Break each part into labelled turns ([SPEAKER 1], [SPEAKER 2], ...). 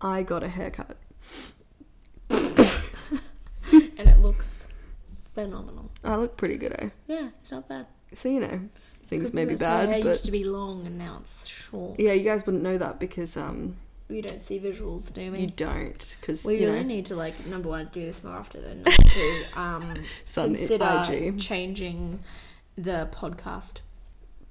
[SPEAKER 1] I got a haircut.
[SPEAKER 2] and it looks phenomenal.
[SPEAKER 1] I look pretty good, eh?
[SPEAKER 2] Yeah, it's not bad.
[SPEAKER 1] So, you know, things
[SPEAKER 2] Good
[SPEAKER 1] may be
[SPEAKER 2] thing that's why
[SPEAKER 1] bad,
[SPEAKER 2] Hair used
[SPEAKER 1] but
[SPEAKER 2] to be long and now it's short.
[SPEAKER 1] yeah, you guys wouldn't know that because um,
[SPEAKER 2] We don't see visuals, do
[SPEAKER 1] you
[SPEAKER 2] we?
[SPEAKER 1] don't. Because,
[SPEAKER 2] We
[SPEAKER 1] you
[SPEAKER 2] really
[SPEAKER 1] know,
[SPEAKER 2] need to like number one do this more often and number two um,
[SPEAKER 1] sun
[SPEAKER 2] consider
[SPEAKER 1] IG
[SPEAKER 2] changing the podcast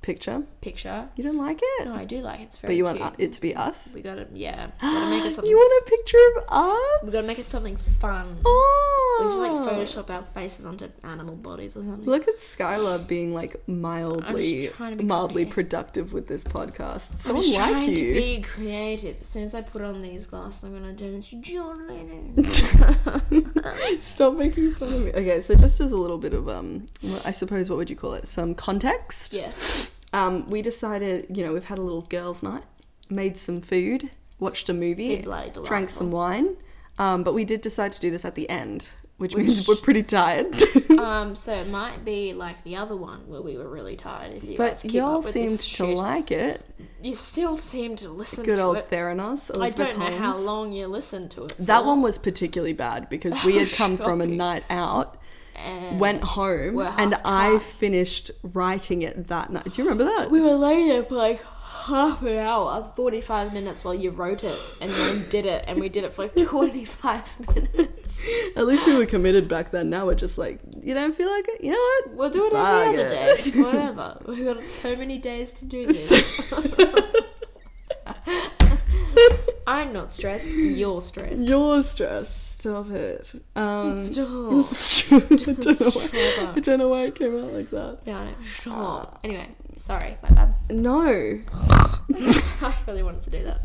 [SPEAKER 1] picture.
[SPEAKER 2] picture.
[SPEAKER 1] You don't like it?
[SPEAKER 2] No, I do like it. it's very
[SPEAKER 1] but you
[SPEAKER 2] cute.
[SPEAKER 1] want uh, it to be us?
[SPEAKER 2] we gotta yeah, gotta make it something.
[SPEAKER 1] You want a picture of us?
[SPEAKER 2] we gotta make it something fun.
[SPEAKER 1] Oh!
[SPEAKER 2] We should like Photoshop our faces onto animal bodies or something.
[SPEAKER 1] Look at Skylar being like mildly,
[SPEAKER 2] trying to be
[SPEAKER 1] mildly
[SPEAKER 2] creative.
[SPEAKER 1] productive with this podcast.
[SPEAKER 2] I'm
[SPEAKER 1] Someone
[SPEAKER 2] just
[SPEAKER 1] like
[SPEAKER 2] trying
[SPEAKER 1] you.
[SPEAKER 2] to be creative. As soon as I put on these glasses, I'm gonna turn into John Lennon.
[SPEAKER 1] Stop making fun of me. Okay, so just as a little bit of um, well, I suppose what would you call it? Some context.
[SPEAKER 2] yes.
[SPEAKER 1] Um, we decided, you know, we've had a little girls' night, made some food, watched a movie,
[SPEAKER 2] Been bloody
[SPEAKER 1] drank
[SPEAKER 2] delightful.
[SPEAKER 1] some wine, um, but we did decide to do this at the end, which, means we're pretty tired.
[SPEAKER 2] Um, so it might be like the other one where we were really tired. If you guys
[SPEAKER 1] but
[SPEAKER 2] keep
[SPEAKER 1] y'all
[SPEAKER 2] up with
[SPEAKER 1] seemed
[SPEAKER 2] this
[SPEAKER 1] to
[SPEAKER 2] shit.
[SPEAKER 1] like it.
[SPEAKER 2] You still seem to listen
[SPEAKER 1] Good
[SPEAKER 2] to
[SPEAKER 1] old
[SPEAKER 2] it.
[SPEAKER 1] Theranos.
[SPEAKER 2] I
[SPEAKER 1] Elizabeth
[SPEAKER 2] don't know how
[SPEAKER 1] Holmes.
[SPEAKER 2] long you listened to it.
[SPEAKER 1] That
[SPEAKER 2] for,
[SPEAKER 1] one was particularly bad because we had come from a
[SPEAKER 2] Shocking.
[SPEAKER 1] night out,
[SPEAKER 2] and
[SPEAKER 1] went home,
[SPEAKER 2] We're
[SPEAKER 1] and
[SPEAKER 2] half
[SPEAKER 1] I
[SPEAKER 2] past.
[SPEAKER 1] finished writing it that night. Do you remember that?
[SPEAKER 2] We were laying there for like half an hour, forty-five minutes while you wrote it and then did it, and we did it for like twenty-five minutes.
[SPEAKER 1] At least we were committed back then. Now we're just like, you don't feel like it? You know what?
[SPEAKER 2] We'll do it
[SPEAKER 1] Fuck
[SPEAKER 2] every other
[SPEAKER 1] it.
[SPEAKER 2] day. Whatever. We've got so many days to do this. I'm not stressed. You're stressed.
[SPEAKER 1] You're stressed. Stop it. Um,
[SPEAKER 2] Stop.
[SPEAKER 1] I, don't know why,
[SPEAKER 2] Shut
[SPEAKER 1] I
[SPEAKER 2] up.
[SPEAKER 1] don't know why it came out like that.
[SPEAKER 2] No, no,
[SPEAKER 1] Ah.
[SPEAKER 2] stop. Anyway, sorry, my bad.
[SPEAKER 1] No.
[SPEAKER 2] I really wanted to do that.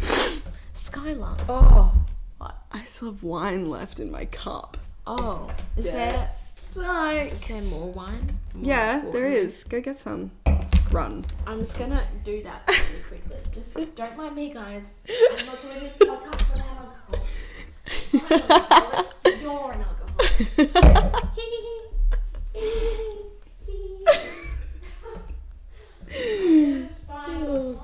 [SPEAKER 2] Skylar.
[SPEAKER 1] Oh,
[SPEAKER 2] What?
[SPEAKER 1] I still have wine left in my cup.
[SPEAKER 2] Oh, is
[SPEAKER 1] Strike.
[SPEAKER 2] there is there more wine? More
[SPEAKER 1] Yeah, there
[SPEAKER 2] wine?
[SPEAKER 1] is. Go get some. Run.
[SPEAKER 2] I'm just gonna do that really quickly. Just don't mind me, guys. I'm not doing this podcast for an alcohol. I'm an alcoholic. You're an alcoholic. Find time to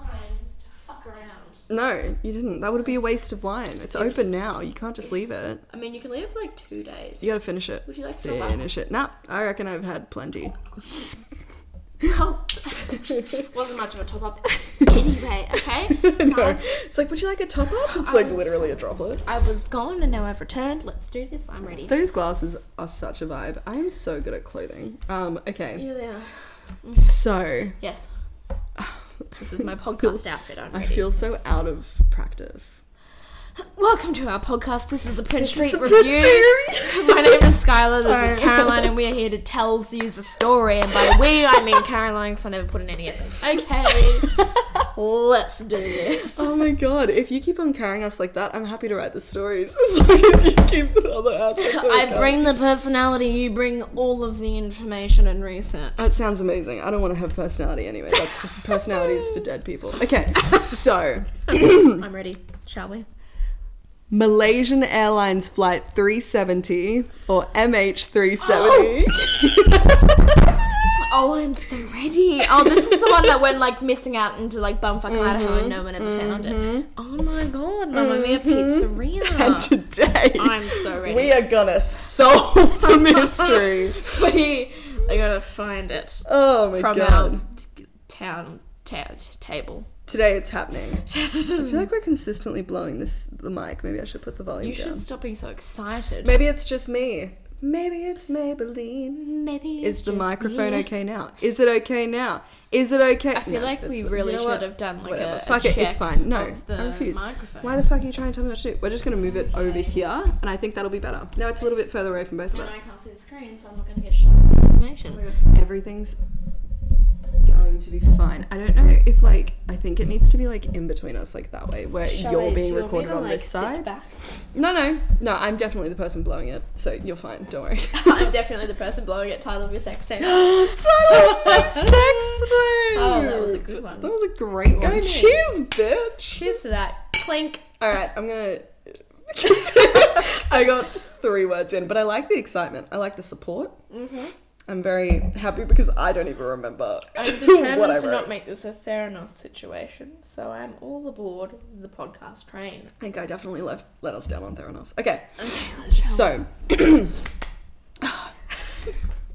[SPEAKER 2] fuck around.
[SPEAKER 1] No, you didn't. That would be a waste of wine. It's open now. You can't just leave it.
[SPEAKER 2] I mean, you can leave it for like two days.
[SPEAKER 1] You gotta finish it.
[SPEAKER 2] Would you like to go back?
[SPEAKER 1] Finish it. Nah, I reckon I've had plenty.
[SPEAKER 2] Well, wasn't much of a top up. Anyway, okay.
[SPEAKER 1] no.
[SPEAKER 2] guys,
[SPEAKER 1] It's like, would you like a top up? It's
[SPEAKER 2] I
[SPEAKER 1] like
[SPEAKER 2] was-
[SPEAKER 1] literally a droplet.
[SPEAKER 2] I was gone and now I've returned. Let's do this. I'm ready.
[SPEAKER 1] Those glasses are such a vibe. I am so good at clothing. Um, okay.
[SPEAKER 2] You there?
[SPEAKER 1] So
[SPEAKER 2] Yes. This is my podcast outfit. I'm
[SPEAKER 1] I
[SPEAKER 2] ready.
[SPEAKER 1] feel so out of practice.
[SPEAKER 2] Welcome to our podcast. This is the Prince Street
[SPEAKER 1] the
[SPEAKER 2] Review.
[SPEAKER 1] Prince
[SPEAKER 2] my name is Skylar. This
[SPEAKER 1] Alright.
[SPEAKER 2] is Caroline, and we are here to tell you a story. And by we, I mean Caroline, because I never put in any effort. Okay, let's do this.
[SPEAKER 1] Oh my god, if you keep on carrying us like that, I'm happy to write the stories as long as you keep the other aspects of
[SPEAKER 2] I
[SPEAKER 1] it going.
[SPEAKER 2] bring the personality. You bring all of the information and research.
[SPEAKER 1] That sounds amazing. I don't want to have personality anyway. That's for, personality is for dead people. Okay, so
[SPEAKER 2] I'm ready. Shall we?
[SPEAKER 1] Malaysian Airlines Flight 370 or MH370.
[SPEAKER 2] Oh, I'm so ready. Oh, this is the one that went like missing out into like bumfuck Idaho and no one ever found it. Oh my god, Mamma Mia
[SPEAKER 1] and
[SPEAKER 2] Pizzeria.
[SPEAKER 1] today,
[SPEAKER 2] I'm so ready.
[SPEAKER 1] we are gonna solve the mystery.
[SPEAKER 2] we are gonna find it
[SPEAKER 1] oh my
[SPEAKER 2] from
[SPEAKER 1] god.
[SPEAKER 2] our town ta- table.
[SPEAKER 1] Today it's happening. I feel like we're consistently blowing this the mic. Maybe I should put the volume
[SPEAKER 2] You
[SPEAKER 1] down.
[SPEAKER 2] should stop being so excited.
[SPEAKER 1] Maybe it's just me. Maybe it's Maybelline.
[SPEAKER 2] Maybe
[SPEAKER 1] Is
[SPEAKER 2] it's
[SPEAKER 1] the
[SPEAKER 2] just
[SPEAKER 1] microphone
[SPEAKER 2] me.
[SPEAKER 1] okay now? Is it okay now? Is it okay?
[SPEAKER 2] I feel like we really should have done like a, a
[SPEAKER 1] fuck it. It's
[SPEAKER 2] check
[SPEAKER 1] fine. No,
[SPEAKER 2] of the
[SPEAKER 1] I refuse.
[SPEAKER 2] Microphone.
[SPEAKER 1] Why the fuck are you trying to tell me what to do? We're just gonna move it over here, and I think that'll be better. Now it's a little bit further away from both of
[SPEAKER 2] and I
[SPEAKER 1] us.
[SPEAKER 2] can't see the screen, so I'm not gonna get sh- information.
[SPEAKER 1] Everything's going to be fine. I don't know if like I think it needs to be like in between us, like that way, where
[SPEAKER 2] Shall
[SPEAKER 1] you're
[SPEAKER 2] I- do
[SPEAKER 1] being
[SPEAKER 2] you want me
[SPEAKER 1] recorded
[SPEAKER 2] to,
[SPEAKER 1] on
[SPEAKER 2] like,
[SPEAKER 1] this
[SPEAKER 2] sit
[SPEAKER 1] side.
[SPEAKER 2] back?
[SPEAKER 1] No, no, no. I'm definitely the person blowing it, so you're fine. Don't worry.
[SPEAKER 2] I'm definitely the person blowing at Tyler with a sex tape.
[SPEAKER 1] Tyler, my sex tape.
[SPEAKER 2] Oh, that was a good one.
[SPEAKER 1] That was a great
[SPEAKER 2] Go
[SPEAKER 1] one.
[SPEAKER 2] Nick.
[SPEAKER 1] Cheers, bitch.
[SPEAKER 2] Cheers to that. Clink.
[SPEAKER 1] All right, I'm gonna. I got three words in, but I like the excitement. I like the support. Mm-hmm. I'm very happy because I don't even remember what
[SPEAKER 2] I'm
[SPEAKER 1] I
[SPEAKER 2] determined to
[SPEAKER 1] wrote.
[SPEAKER 2] not make this a Theranos situation, so I'm all aboard the podcast train.
[SPEAKER 1] I think I definitely left let us down on Theranos. Okay,
[SPEAKER 2] Okay, let's shall
[SPEAKER 1] so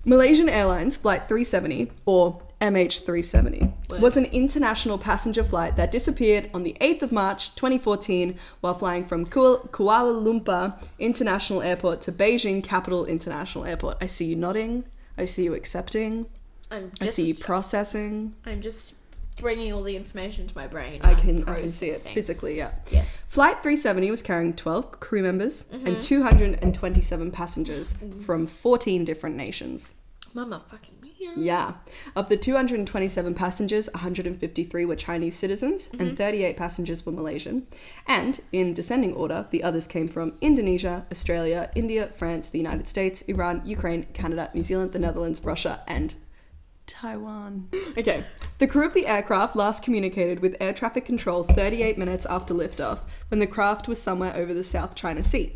[SPEAKER 1] Malaysian Airlines Flight 370 or MH370
[SPEAKER 2] Word.
[SPEAKER 1] was an international passenger flight that disappeared on the 8th of March 2014 while flying from Kuala Kuala Lumpur International Airport to Beijing Capital International Airport. I see you nodding. I see you accepting.
[SPEAKER 2] I'm
[SPEAKER 1] I see you
[SPEAKER 2] just
[SPEAKER 1] processing.
[SPEAKER 2] I'm just bringing all the information to my brain.
[SPEAKER 1] I
[SPEAKER 2] I'm
[SPEAKER 1] can I can see it
[SPEAKER 2] processing.
[SPEAKER 1] physically, yeah.
[SPEAKER 2] Yes.
[SPEAKER 1] Flight 370 was carrying 12 crew members and 227 passengers from 14 different nations.
[SPEAKER 2] Mama fucking mia.
[SPEAKER 1] Yeah. Of the 227 passengers, 153 were Chinese citizens and 38 passengers were Malaysian. And in descending order, the others came from Indonesia, Australia, India, France, the United States, Iran, Ukraine, Canada, New Zealand, the Netherlands, Russia, and Taiwan. Okay. The crew of the aircraft last communicated with air traffic control 38 minutes after liftoff when the craft was somewhere over the South China Sea.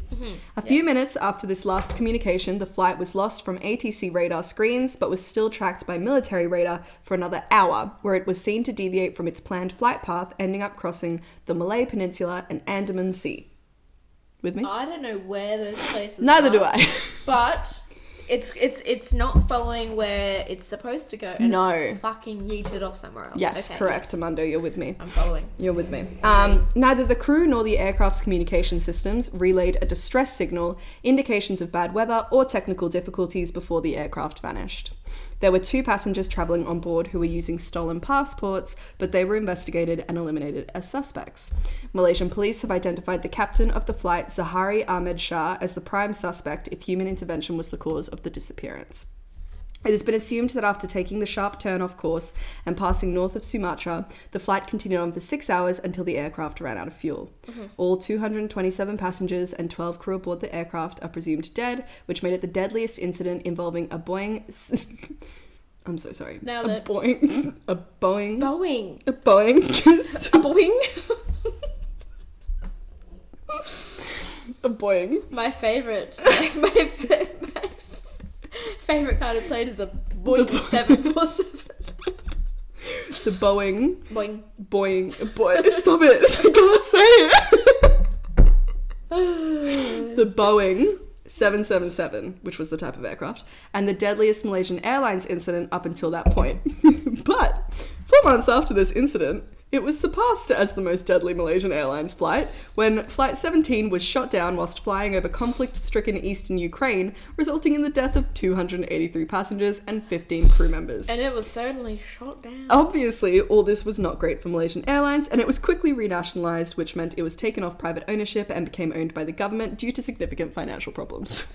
[SPEAKER 1] A few minutes after this last communication, the flight was lost from ATC radar screens but was still tracked by military radar for another hour, where it was seen to deviate from its planned flight path, ending up crossing the Malay Peninsula and Andaman Sea. With me?
[SPEAKER 2] I don't know where those places
[SPEAKER 1] Neither
[SPEAKER 2] are,
[SPEAKER 1] do I.
[SPEAKER 2] But it's it's it's not following where it's supposed to go and
[SPEAKER 1] No.
[SPEAKER 2] it's fucking yeeted off somewhere else.
[SPEAKER 1] yes,
[SPEAKER 2] Okay,
[SPEAKER 1] correct,
[SPEAKER 2] yes.
[SPEAKER 1] Amando, you're with me.
[SPEAKER 2] I'm following.
[SPEAKER 1] You're with me. Um, neither the crew nor the aircraft's communication systems relayed a distress signal, indications of bad weather, or technical difficulties before the aircraft vanished. There were two passengers traveling on board who were using stolen passports, but they were investigated and eliminated as suspects. Malaysian police have identified the captain of the flight, Zahari Ahmed Shah, as the prime suspect if human intervention was the cause of the disappearance. It has been assumed that after taking the sharp turn off course and passing north of Sumatra, the flight continued on for six hours until the aircraft ran out of fuel.
[SPEAKER 2] Mm-hmm.
[SPEAKER 1] All 227 passengers and 12 crew aboard the aircraft are presumed dead, which made it the deadliest incident involving a Boeing. s- I'm so sorry.
[SPEAKER 2] Nailed
[SPEAKER 1] a
[SPEAKER 2] it.
[SPEAKER 1] Boeing. A Boeing.
[SPEAKER 2] Boeing.
[SPEAKER 1] a Boeing.
[SPEAKER 2] A Boeing.
[SPEAKER 1] a Boeing.
[SPEAKER 2] My favorite, my, my, fa- my favorite kind of plane is the Boeing seven four seven.
[SPEAKER 1] The Boeing.
[SPEAKER 2] Boeing.
[SPEAKER 1] Boing, boing. Stop it! I can't say it. the Boeing 777, which was the type of aircraft, and the deadliest Malaysian Airlines incident up until that point. but four months after this incident, it was surpassed as the most deadly Malaysian Airlines flight when Flight 17 was shot down whilst flying over conflict stricken eastern Ukraine, resulting in the death of 283 passengers and 15 crew members.
[SPEAKER 2] And it was certainly shot down.
[SPEAKER 1] Obviously, all this was not great for Malaysian Airlines, and it was quickly renationalised, which meant it was taken off private ownership and became owned by the government due to significant financial problems.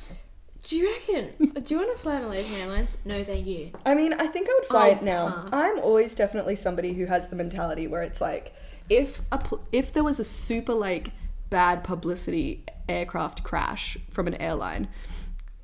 [SPEAKER 2] Do you reckon? Uh, Do you want to fly Malaysian Airlines? No, thank you.
[SPEAKER 1] I mean, I think I would fly
[SPEAKER 2] I'll
[SPEAKER 1] it now.
[SPEAKER 2] pass.
[SPEAKER 1] I'm always definitely somebody who has the mentality where it's like, if a pl- if there was a super like bad publicity aircraft crash from an airline,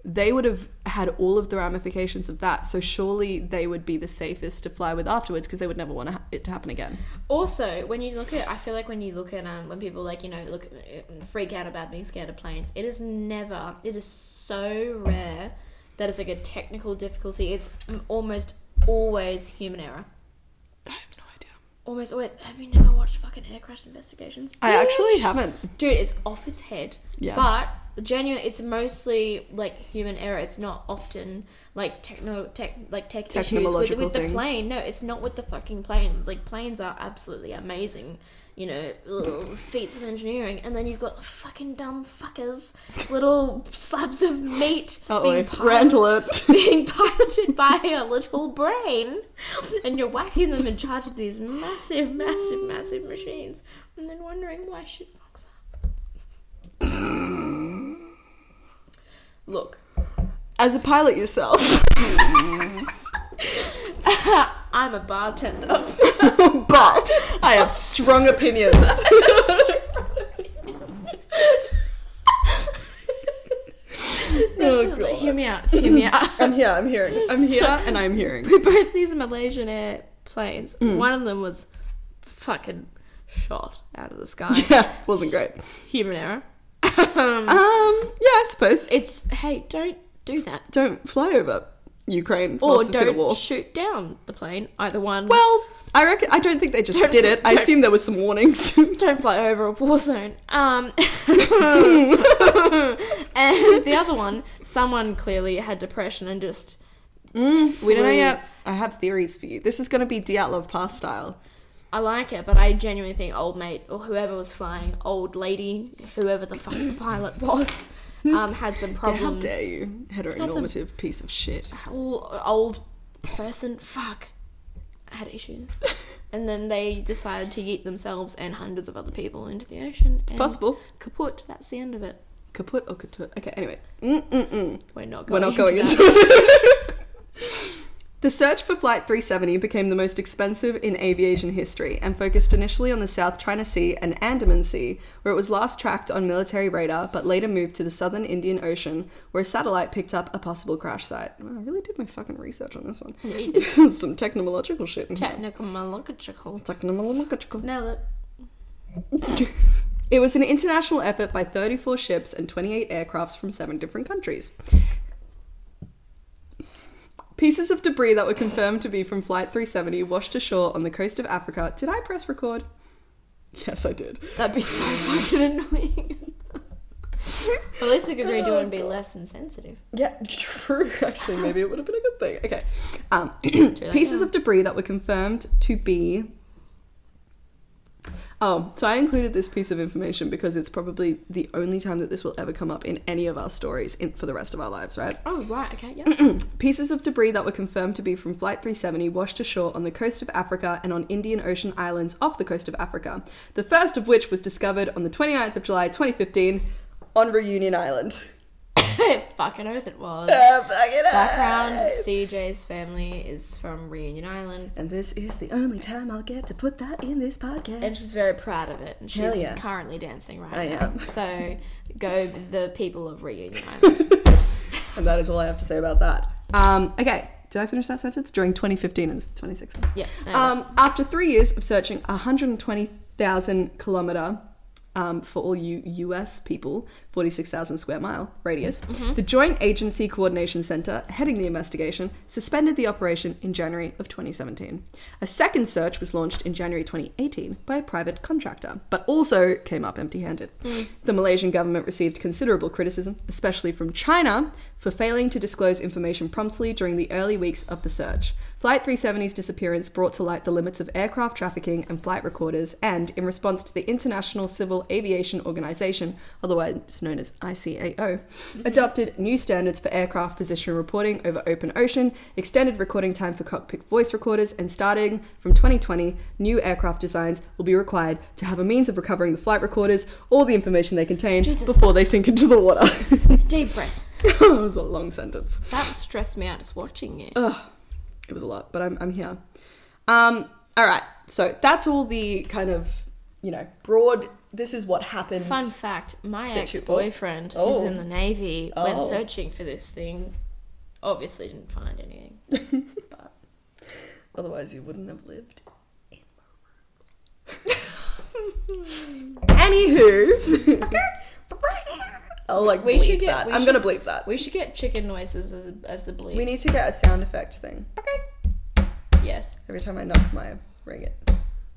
[SPEAKER 1] they would have had all of the ramifications of that. So surely they would be the safest to fly with afterwards because they would never want to ha- it to happen again.
[SPEAKER 2] Also, when you look at, I feel like when you look at, um, when people like you know look uh, freak out about being scared of planes, it is never. It is so rare that it's like a technical difficulty. It's m- almost always human error.
[SPEAKER 1] I have no idea.
[SPEAKER 2] Almost always. Have you never watched fucking air crash investigations?
[SPEAKER 1] I actually
[SPEAKER 2] Bitch!
[SPEAKER 1] haven't.
[SPEAKER 2] Dude, it's off its head.
[SPEAKER 1] Yeah.
[SPEAKER 2] But genuine, it's mostly like human error. It's not often like techno tech like tech issues with,
[SPEAKER 1] Technological
[SPEAKER 2] with the
[SPEAKER 1] things.
[SPEAKER 2] plane. No, it's not with the fucking plane. Like planes are absolutely amazing. You know, little feats of engineering, and then you've got fucking dumb fuckers, little slabs of meat
[SPEAKER 1] Oh,
[SPEAKER 2] piled-
[SPEAKER 1] brand alert.
[SPEAKER 2] being piloted by a little brain, and you're whacking them in charge of these massive, massive, massive machines, and then wondering why shit fucks up. Look,
[SPEAKER 1] As a pilot yourself,
[SPEAKER 2] I'm a bartender. Oh,
[SPEAKER 1] but I have strong opinions. oh
[SPEAKER 2] Look,
[SPEAKER 1] god.
[SPEAKER 2] hear me out. Hear me out.
[SPEAKER 1] I'm here, I'm hearing. I'm here and I'm hearing.
[SPEAKER 2] Both these Malaysian airplanes. One of them was fucking shot out of the sky.
[SPEAKER 1] Yeah, wasn't great.
[SPEAKER 2] Human error.
[SPEAKER 1] Um, yeah, I suppose.
[SPEAKER 2] it's hey, don't do that.
[SPEAKER 1] Don't fly over Ukraine
[SPEAKER 2] Or
[SPEAKER 1] lost it to the war.
[SPEAKER 2] don't shoot down the plane. Either one.
[SPEAKER 1] Well, I reckon I don't Mm, think they just
[SPEAKER 2] Don't-
[SPEAKER 1] did it. I
[SPEAKER 2] don't-
[SPEAKER 1] assume there was some warnings.
[SPEAKER 2] don't fly over a war zone. Um, and the other one, someone clearly had depression and just
[SPEAKER 1] we don't know
[SPEAKER 2] Flew.
[SPEAKER 1] yet. I have theories for you. This is going to be Dyatlov Pass style.
[SPEAKER 2] I like it, but I genuinely think old mate or whoever was flying, old lady, whoever the fuck the pilot was, um, had some
[SPEAKER 1] Yeah, how
[SPEAKER 2] problems.
[SPEAKER 1] dare you, heteronormative piece of shit.
[SPEAKER 2] Old, old person, fuck, had issues. and then they decided to yeet themselves and hundreds of other people into the ocean. and
[SPEAKER 1] Possible.
[SPEAKER 2] Kaput. That's the end of it.
[SPEAKER 1] Kaput or kaput. Okay, anyway. Mm-mm-mm.
[SPEAKER 2] We're not
[SPEAKER 1] We're not
[SPEAKER 2] going.
[SPEAKER 1] going
[SPEAKER 2] into.
[SPEAKER 1] into
[SPEAKER 2] that.
[SPEAKER 1] it. The search for Flight 370 became the most expensive in aviation history and focused initially on the South China Sea and Andaman Sea, where it was last tracked on military radar but later moved to the southern Indian Ocean, where a satellite picked up a possible crash site. Wow, I really did my fucking research on this one. Some technological shit. in here.
[SPEAKER 2] Technical malological.
[SPEAKER 1] Technological.
[SPEAKER 2] Now that
[SPEAKER 1] It was an international effort by 34 ships and 28 aircrafts from seven different countries. Pieces of debris that were confirmed to be from Flight 370 washed ashore on the coast of Africa. Did I press record? Yes, I did.
[SPEAKER 2] that'd be so fucking annoying. At least we could redo it and be less insensitive.
[SPEAKER 1] Yeah, true. Actually, maybe it would have been a good thing. Okay. Um,
[SPEAKER 2] late
[SPEAKER 1] pieces of debris that were confirmed to be. Oh, so I included this piece of information because it's probably the only time that this will ever come up in any of our stories in, for the rest of our lives, right?
[SPEAKER 2] Oh right, okay, yeah.
[SPEAKER 1] Pieces of debris that were confirmed to be from Flight 370 washed ashore on the coast of Africa and on Indian Ocean islands off the coast of Africa, the first of which was discovered on the 29th of July 2015 on Reunion Island.
[SPEAKER 2] Fucking oath it was. Background CJ's family is from Reunion Island
[SPEAKER 1] And this is the only time I'll get to put that in this podcast.
[SPEAKER 2] and she's very proud of it. And
[SPEAKER 1] Hell
[SPEAKER 2] she's
[SPEAKER 1] yeah.
[SPEAKER 2] currently dancing right
[SPEAKER 1] I
[SPEAKER 2] now.
[SPEAKER 1] am.
[SPEAKER 2] So go the people of Reunion Island.
[SPEAKER 1] And that is all I have to say about that. Um, okay, did I finish that sentence? During 2015 and 2016.
[SPEAKER 2] Yeah, no, no.
[SPEAKER 1] um, after three years of searching 120,000 kilometer um, for all you US people, 46,000 square mile radius, the Joint Agency Coordination Center, heading the investigation, suspended the operation in January of 2017. A second search was launched in January 2018 by a private contractor, but also came up empty handed. The Malaysian government received considerable criticism, especially from China, for failing to disclose information promptly during the early weeks of the search. Flight 370's disappearance brought to light the limits of aircraft trafficking and flight recorders, and in response to the International Civil Aviation Organization, otherwise known as ICAO, adopted new standards for aircraft position reporting over open ocean, extended recording time for cockpit voice recorders, and starting from 2020, new aircraft designs will be required to have a means of recovering the flight recorders or the information they contain
[SPEAKER 2] Jesus.
[SPEAKER 1] before they sink into the water.
[SPEAKER 2] Deep breath.
[SPEAKER 1] it was a long sentence.
[SPEAKER 2] That stressed me out just watching it.
[SPEAKER 1] Ugh, it was a lot, but I'm, I'm here. Um, all right, so that's all the kind of, you know, broad, this is what happened.
[SPEAKER 2] Fun fact, my
[SPEAKER 1] Sit your ball.
[SPEAKER 2] ex-boyfriend
[SPEAKER 1] Oh.
[SPEAKER 2] was in the Navy, went
[SPEAKER 1] Oh.
[SPEAKER 2] searching for this thing. Obviously didn't find anything.
[SPEAKER 1] Otherwise, you wouldn't have lived in my room. Anywho. I'll like
[SPEAKER 2] We
[SPEAKER 1] bleep
[SPEAKER 2] should get-
[SPEAKER 1] that.
[SPEAKER 2] we
[SPEAKER 1] I'm
[SPEAKER 2] should-
[SPEAKER 1] gonna bleep that.
[SPEAKER 2] We should get chicken noises as, as the bleeps.
[SPEAKER 1] We need to get a sound effect thing.
[SPEAKER 2] Yes.
[SPEAKER 1] Every time I knock my ring, it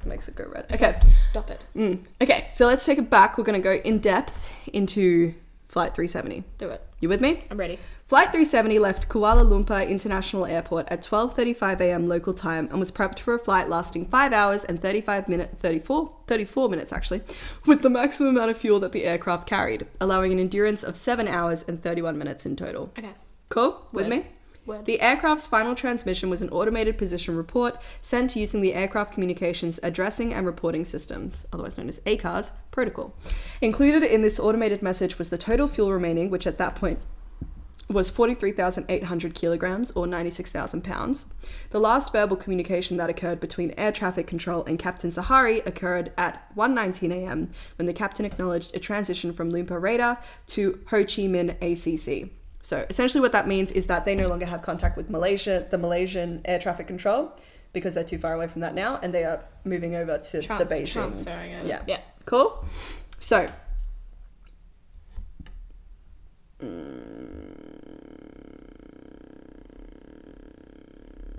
[SPEAKER 1] makes it go red. Okay.
[SPEAKER 2] Stop it.
[SPEAKER 1] Mm. Okay. So let's take it back. We're gonna go in depth into Flight 370.
[SPEAKER 2] Do it.
[SPEAKER 1] You with me?
[SPEAKER 2] I'm ready.
[SPEAKER 1] Flight 370 left Kuala Lumpur International Airport at 12:35 a.m. local time and was prepped for a flight lasting 5 hours and 35 minutes 34 34 minutes actually with the maximum amount of fuel that the aircraft carried, allowing an endurance of 7 hours and 31 minutes in total.
[SPEAKER 2] Okay.
[SPEAKER 1] Cool? With
[SPEAKER 2] Word.
[SPEAKER 1] me?
[SPEAKER 2] Word.
[SPEAKER 1] The aircraft's final transmission was an automated position report sent using the Aircraft Communications Addressing and Reporting Systems, otherwise known as ACARS, protocol. Included in this automated message was the total fuel remaining, which at that point was 43,800 kilograms or 96,000 pounds. The last verbal communication that occurred between air traffic control and Captain Sahari occurred at 1:19 a.m. when the captain acknowledged a transition from Lumpa radar to Ho Chi Minh ACC. So essentially, what that means is that they no longer have contact with Malaysia, the Malaysian air traffic control, because they're too far away from that now, and they are moving over to
[SPEAKER 2] Trans-
[SPEAKER 1] the Beijing.
[SPEAKER 2] transferring it.
[SPEAKER 1] Yeah.
[SPEAKER 2] Yeah.
[SPEAKER 1] Cool. So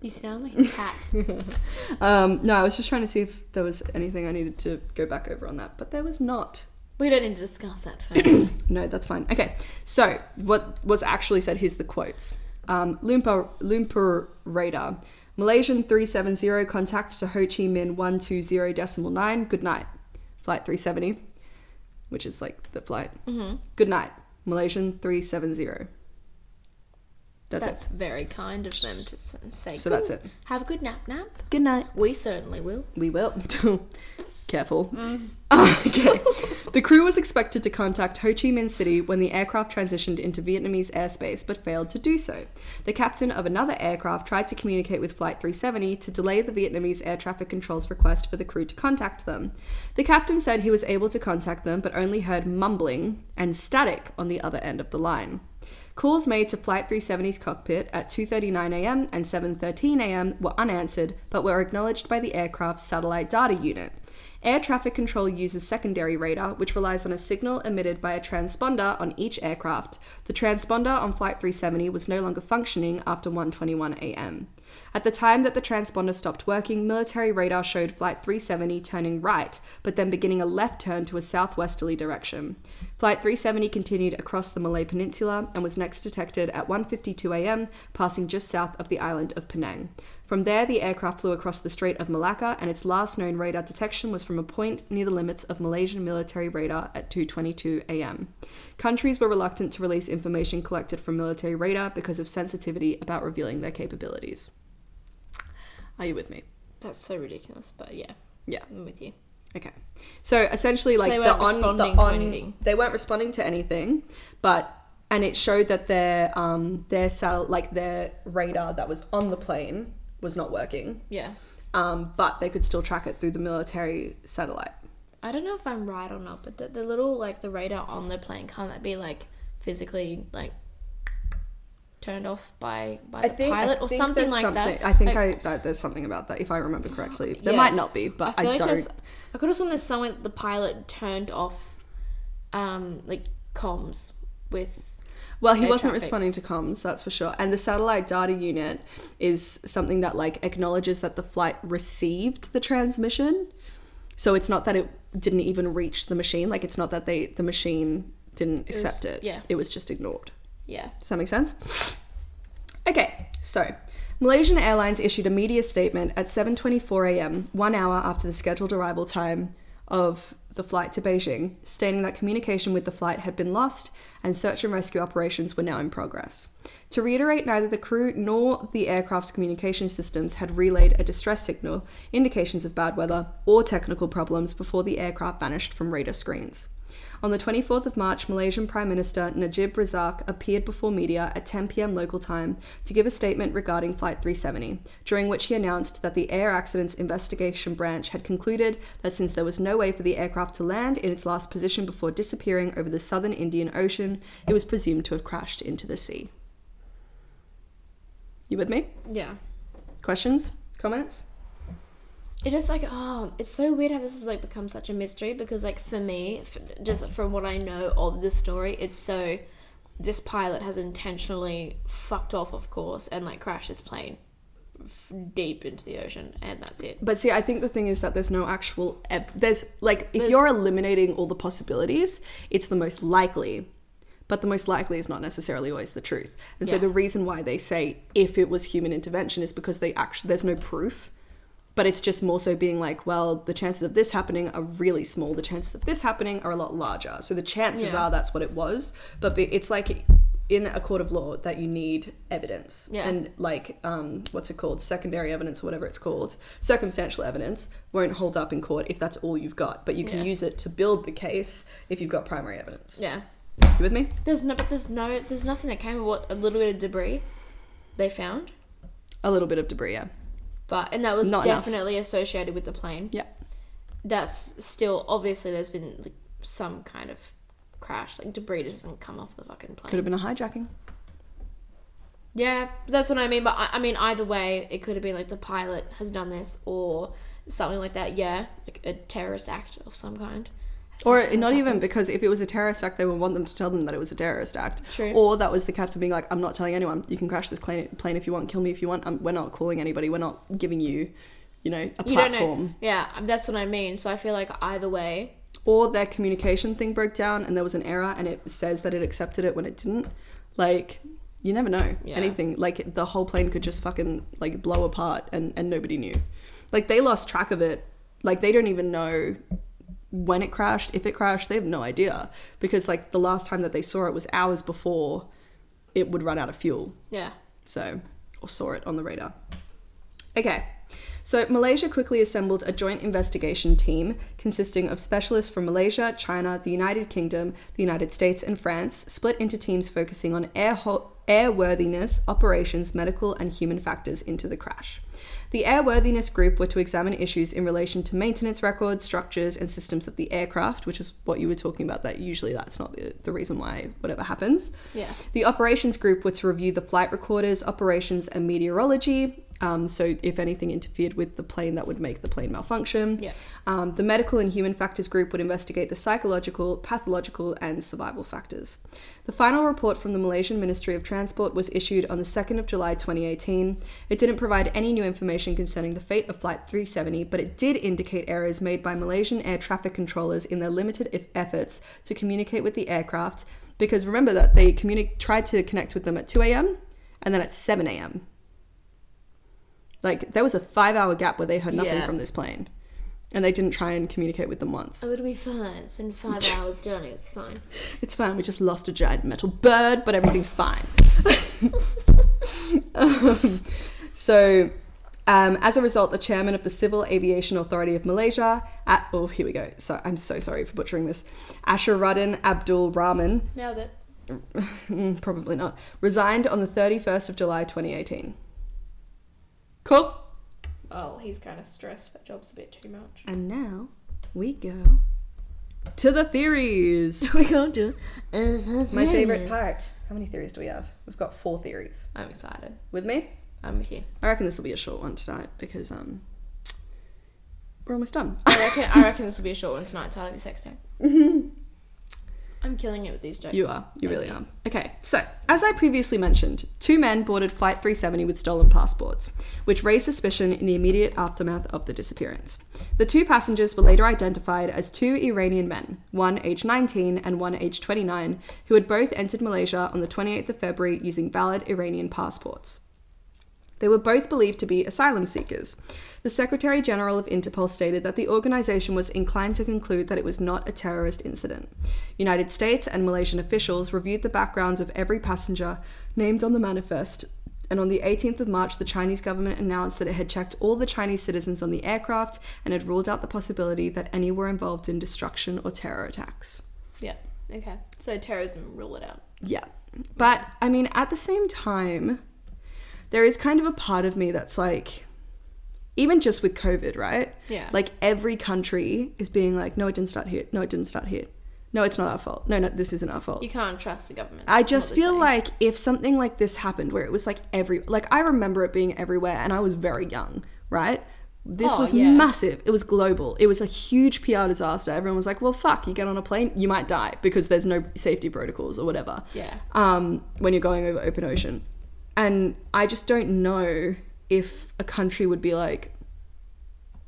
[SPEAKER 2] You sound like a cat.
[SPEAKER 1] Um, no, I was just trying to see if there was anything I needed to go back over on that, but there was not.
[SPEAKER 2] we don't need to discuss that further.
[SPEAKER 1] No, that's fine. Okay, so what was actually said? Here's the quotes. Um, Lumpur, Lumpur radar, Malaysian three seven zero contact to Ho Chi Minh one two zero decimal nine. Good night, flight three seventy, which is like the flight. Mm-hmm. Good night, Malaysian three seven zero. That's,
[SPEAKER 2] that's
[SPEAKER 1] it.
[SPEAKER 2] very kind of them to s- say.
[SPEAKER 1] So that's
[SPEAKER 2] "Good-
[SPEAKER 1] it.
[SPEAKER 2] Have a good nap, nap.
[SPEAKER 1] Good night.
[SPEAKER 2] We certainly will.
[SPEAKER 1] We will. Careful. Oh, okay. the crew was expected to contact Ho Chi Minh City when the aircraft transitioned into Vietnamese airspace but failed to do so. The captain of another aircraft tried to communicate with Flight 370 to delay the Vietnamese air traffic control's request for the crew to contact them. The captain said he was able to contact them but only heard mumbling and static on the other end of the line. Calls made to Flight 370's cockpit at 2:39 a.m. and 7:13 a.m. were unanswered, but were acknowledged by the aircraft's satellite data unit. Air traffic control uses secondary radar, which relies on a signal emitted by a transponder on each aircraft. The transponder on Flight 370 was no longer functioning after 1:21 a.m. At the time that the transponder stopped working, military radar showed Flight 370 turning right, but then beginning a left turn to a southwesterly direction. Flight 370 continued across the Malay Peninsula and was next detected at 1:52 a.m., passing just south of the island of Penang. From there, the aircraft flew across the Strait of Malacca, and its last known radar detection was from a point near the limits of Malaysian military radar at 2:22 a.m. Countries were reluctant to release information collected from military radar because of sensitivity about revealing their capabilities. Are you with me?
[SPEAKER 2] That's so ridiculous, but yeah.
[SPEAKER 1] Yeah.
[SPEAKER 2] I'm with you.
[SPEAKER 1] Okay. So essentially, like
[SPEAKER 2] they
[SPEAKER 1] the
[SPEAKER 2] weren't
[SPEAKER 1] on, the
[SPEAKER 2] responding to
[SPEAKER 1] on,
[SPEAKER 2] anything.
[SPEAKER 1] they weren't responding to anything, but and it showed that their um their satel- like their radar that was on the plane was not working,
[SPEAKER 2] Yeah.
[SPEAKER 1] um, but they could still track it through the military satellite.
[SPEAKER 2] I don't know if I'm right or not, but the, the little like the radar on the plane can't that be like physically like turned off by by the pilot or something
[SPEAKER 1] there's
[SPEAKER 2] like
[SPEAKER 1] something-
[SPEAKER 2] that?
[SPEAKER 1] I think
[SPEAKER 2] Like,
[SPEAKER 1] I that, there's something about that if I remember correctly. There
[SPEAKER 2] Yeah.
[SPEAKER 1] might not be, but I,
[SPEAKER 2] feel like
[SPEAKER 1] don't.
[SPEAKER 2] there's- I could have sworn there's somewhere that the pilot turned off, um, like comms with.
[SPEAKER 1] Well, he
[SPEAKER 2] air
[SPEAKER 1] wasn't
[SPEAKER 2] traffic.
[SPEAKER 1] responding to comms, that's for sure. And the satellite data unit is something that like acknowledges that the flight received the transmission. So it's not that it didn't even reach the machine, like it's not that they the machine didn't
[SPEAKER 2] was-
[SPEAKER 1] accept it.
[SPEAKER 2] yeah.
[SPEAKER 1] It was just ignored.
[SPEAKER 2] Yeah.
[SPEAKER 1] Does that make sense? Okay, so Malaysian Airlines issued a media statement at 7:24 a.m., 1 hour after the scheduled arrival time of the flight to Beijing, stating that communication with the flight had been lost and search and rescue operations were now in progress. To reiterate, neither the crew nor the aircraft's communication systems had relayed a distress signal, indications of bad weather, or technical problems before the aircraft vanished from radar screens. On the 24th of March, Malaysian Prime Minister Najib Razak appeared before media at 10 pm local time to give a statement regarding Flight 370, during which he announced that the Air Accidents Investigation Branch had concluded that since there was no way for the aircraft to land in its last position before disappearing over the southern Indian Ocean, it was presumed to have crashed into the sea. You with me?
[SPEAKER 2] Yeah.
[SPEAKER 1] Questions? Comments?
[SPEAKER 2] It just like oh, it's so weird how this has like become such a mystery because like for me, f- just from what I know of the story, it's so this pilot has intentionally fucked off, of course, and like crashed his plane f- deep into the ocean, and that's it.
[SPEAKER 1] But see, I think the thing is that there's no actual. Ep- there's like if
[SPEAKER 2] There's-
[SPEAKER 1] you're eliminating all the possibilities, it's the most likely. But the most likely is not necessarily always the truth. And so
[SPEAKER 2] Yeah.
[SPEAKER 1] the reason why they say if it was human intervention is because they actually there's no proof. But it's just more so being like, well, the chances of this happening are really small. The chances of this happening are a lot larger. So the chances
[SPEAKER 2] Yeah.
[SPEAKER 1] are that's what it was. But be- it's like in a court of law that you need evidence
[SPEAKER 2] Yeah.
[SPEAKER 1] and like um, what's it called secondary evidence or whatever it's called circumstantial evidence won't hold up in court if that's all you've got but you can
[SPEAKER 2] Yeah.
[SPEAKER 1] use it to build the case if you've got primary evidence
[SPEAKER 2] Yeah,
[SPEAKER 1] you with me
[SPEAKER 2] there's no, but there's no, there's nothing that came of what a little bit of debris they found,
[SPEAKER 1] a little bit of debris yeah
[SPEAKER 2] but and that was
[SPEAKER 1] Not enough.
[SPEAKER 2] definitely associated with the plane.
[SPEAKER 1] yeah
[SPEAKER 2] That's still obviously there's been like some kind of crash, like debris just doesn't come off the fucking plane.
[SPEAKER 1] could have been a hijacking
[SPEAKER 2] Yeah, that's what I mean. But I, I mean, either way, it could have been like the pilot has done this or something like that. Yeah, like a terrorist act of some kind
[SPEAKER 1] Or not even because if it was a terrorist act, they would want them to tell them that it was a terrorist act.
[SPEAKER 2] True.
[SPEAKER 1] Or that was the captain being like, "I'm not telling anyone. You can crash this plane, plane if you want. Kill me if you want. Um we're not calling anybody. We're not giving you, you know, a
[SPEAKER 2] you
[SPEAKER 1] platform."
[SPEAKER 2] don't know. Yeah, that's what I mean. So I feel like either way,
[SPEAKER 1] Or their communication thing broke down and there was an error, and it says that it accepted it when it didn't. Like, you never know
[SPEAKER 2] Yeah.
[SPEAKER 1] anything. Like the whole plane could just fucking like blow apart, and and nobody knew. Like they lost track of it. Like they don't even know when it crashed, if it crashed, they have no idea because like the last time that they saw it was hours before it would run out of fuel.
[SPEAKER 2] yeah.
[SPEAKER 1] So, or saw it on the radar. Okay. So, Malaysia quickly assembled a joint investigation team consisting of specialists from Malaysia, China, the United Kingdom, the United States, and France, split into teams focusing on air ho- airworthiness, operations, medical, and human factors into the crash. The airworthiness group were to examine issues in relation to maintenance records, structures, and systems of the aircraft, which is what you were talking about, that usually that's not the, the reason why whatever happens.
[SPEAKER 2] Yeah.
[SPEAKER 1] The operations group were to review the flight recorders, operations, and meteorology. Um, so, if anything interfered with the plane, that would make the plane malfunction.
[SPEAKER 2] Yeah.
[SPEAKER 1] Um, the medical and human factors group would investigate the psychological, pathological, and survival factors. The final report from the Malaysian Ministry of Transport was issued on the 2nd of July 2018. It didn't provide any new information concerning the fate of Flight 370, but it did indicate errors made by Malaysian air traffic controllers in their limited if- efforts to communicate with the aircraft. Because remember that they communi- tried to connect with them at 2 a.m. and then at 7 a.m. Like there was a five hour gap where they heard nothing
[SPEAKER 2] Yeah.
[SPEAKER 1] from this plane. And they didn't try and communicate with them once.
[SPEAKER 2] Oh, it'll be fine. It's been five hours done. It was fine.
[SPEAKER 1] It's fine, we just lost a giant metal bird, but everything's fine. Um, so, um, as a result, the chairman of the Civil Aviation Authority of Malaysia, at, oh, here we go. So, I'm so sorry for butchering this. Asharuddin Abdul Rahman,
[SPEAKER 2] Now that
[SPEAKER 1] mm, probably not, resigned on the 31st of July 2018. Cool.
[SPEAKER 2] oh, he's kind of stressed. That job's a bit too much.
[SPEAKER 1] And now we go to the theories.
[SPEAKER 2] we can't do.
[SPEAKER 1] My favorite part. How many theories do we have? We've got four theories.
[SPEAKER 2] I'm excited.
[SPEAKER 1] With me?
[SPEAKER 2] I'm with you.
[SPEAKER 1] I reckon this will be a short one tonight because um we're almost done.
[SPEAKER 2] I reckon. I reckon this will be a short one tonight. Tyler be sex time. I'm killing it with these jokes.
[SPEAKER 1] Mm-hmm. You are. You really
[SPEAKER 2] Thank
[SPEAKER 1] are. Okay, so as I previously mentioned, two men boarded Flight 370 with stolen passports, which raised suspicion in the immediate aftermath of the disappearance. The two passengers were later identified as two Iranian men, one aged 19 and one aged 29, who had both entered Malaysia on the 28th of February using valid Iranian passports. They were both believed to be asylum seekers. The Secretary General of Interpol stated that the organization was inclined to conclude that it was not a terrorist incident. United States and Malaysian officials reviewed the backgrounds of every passenger named on the manifest, and on the 18th of March, the Chinese government announced that it had checked all the Chinese citizens on the aircraft and had ruled out the possibility that any were involved in destruction or terror attacks.
[SPEAKER 2] Yeah. Okay. So terrorism, rule it out.
[SPEAKER 1] Yeah. But I mean, at the same time, there is kind of a part of me that's like, even just with COVID, right?
[SPEAKER 2] Yeah.
[SPEAKER 1] Like every country is being like, no, it didn't start here. No, it didn't start here. No, it's not our fault. No, no, this isn't our fault.
[SPEAKER 2] You can't trust the government.
[SPEAKER 1] I
[SPEAKER 2] What
[SPEAKER 1] just
[SPEAKER 2] they're
[SPEAKER 1] feel
[SPEAKER 2] saying.
[SPEAKER 1] like if something like this happened where it was like every like I remember it being everywhere and I was very young, right? This
[SPEAKER 2] Oh,
[SPEAKER 1] was
[SPEAKER 2] yeah.
[SPEAKER 1] massive. It was global. It was a huge PR disaster. Everyone was like, "Well, fuck, you get on a plane, you might die because there's no safety protocols or whatever."
[SPEAKER 2] Yeah.
[SPEAKER 1] Um when you're going over open ocean. And I just don't know if a country would be like it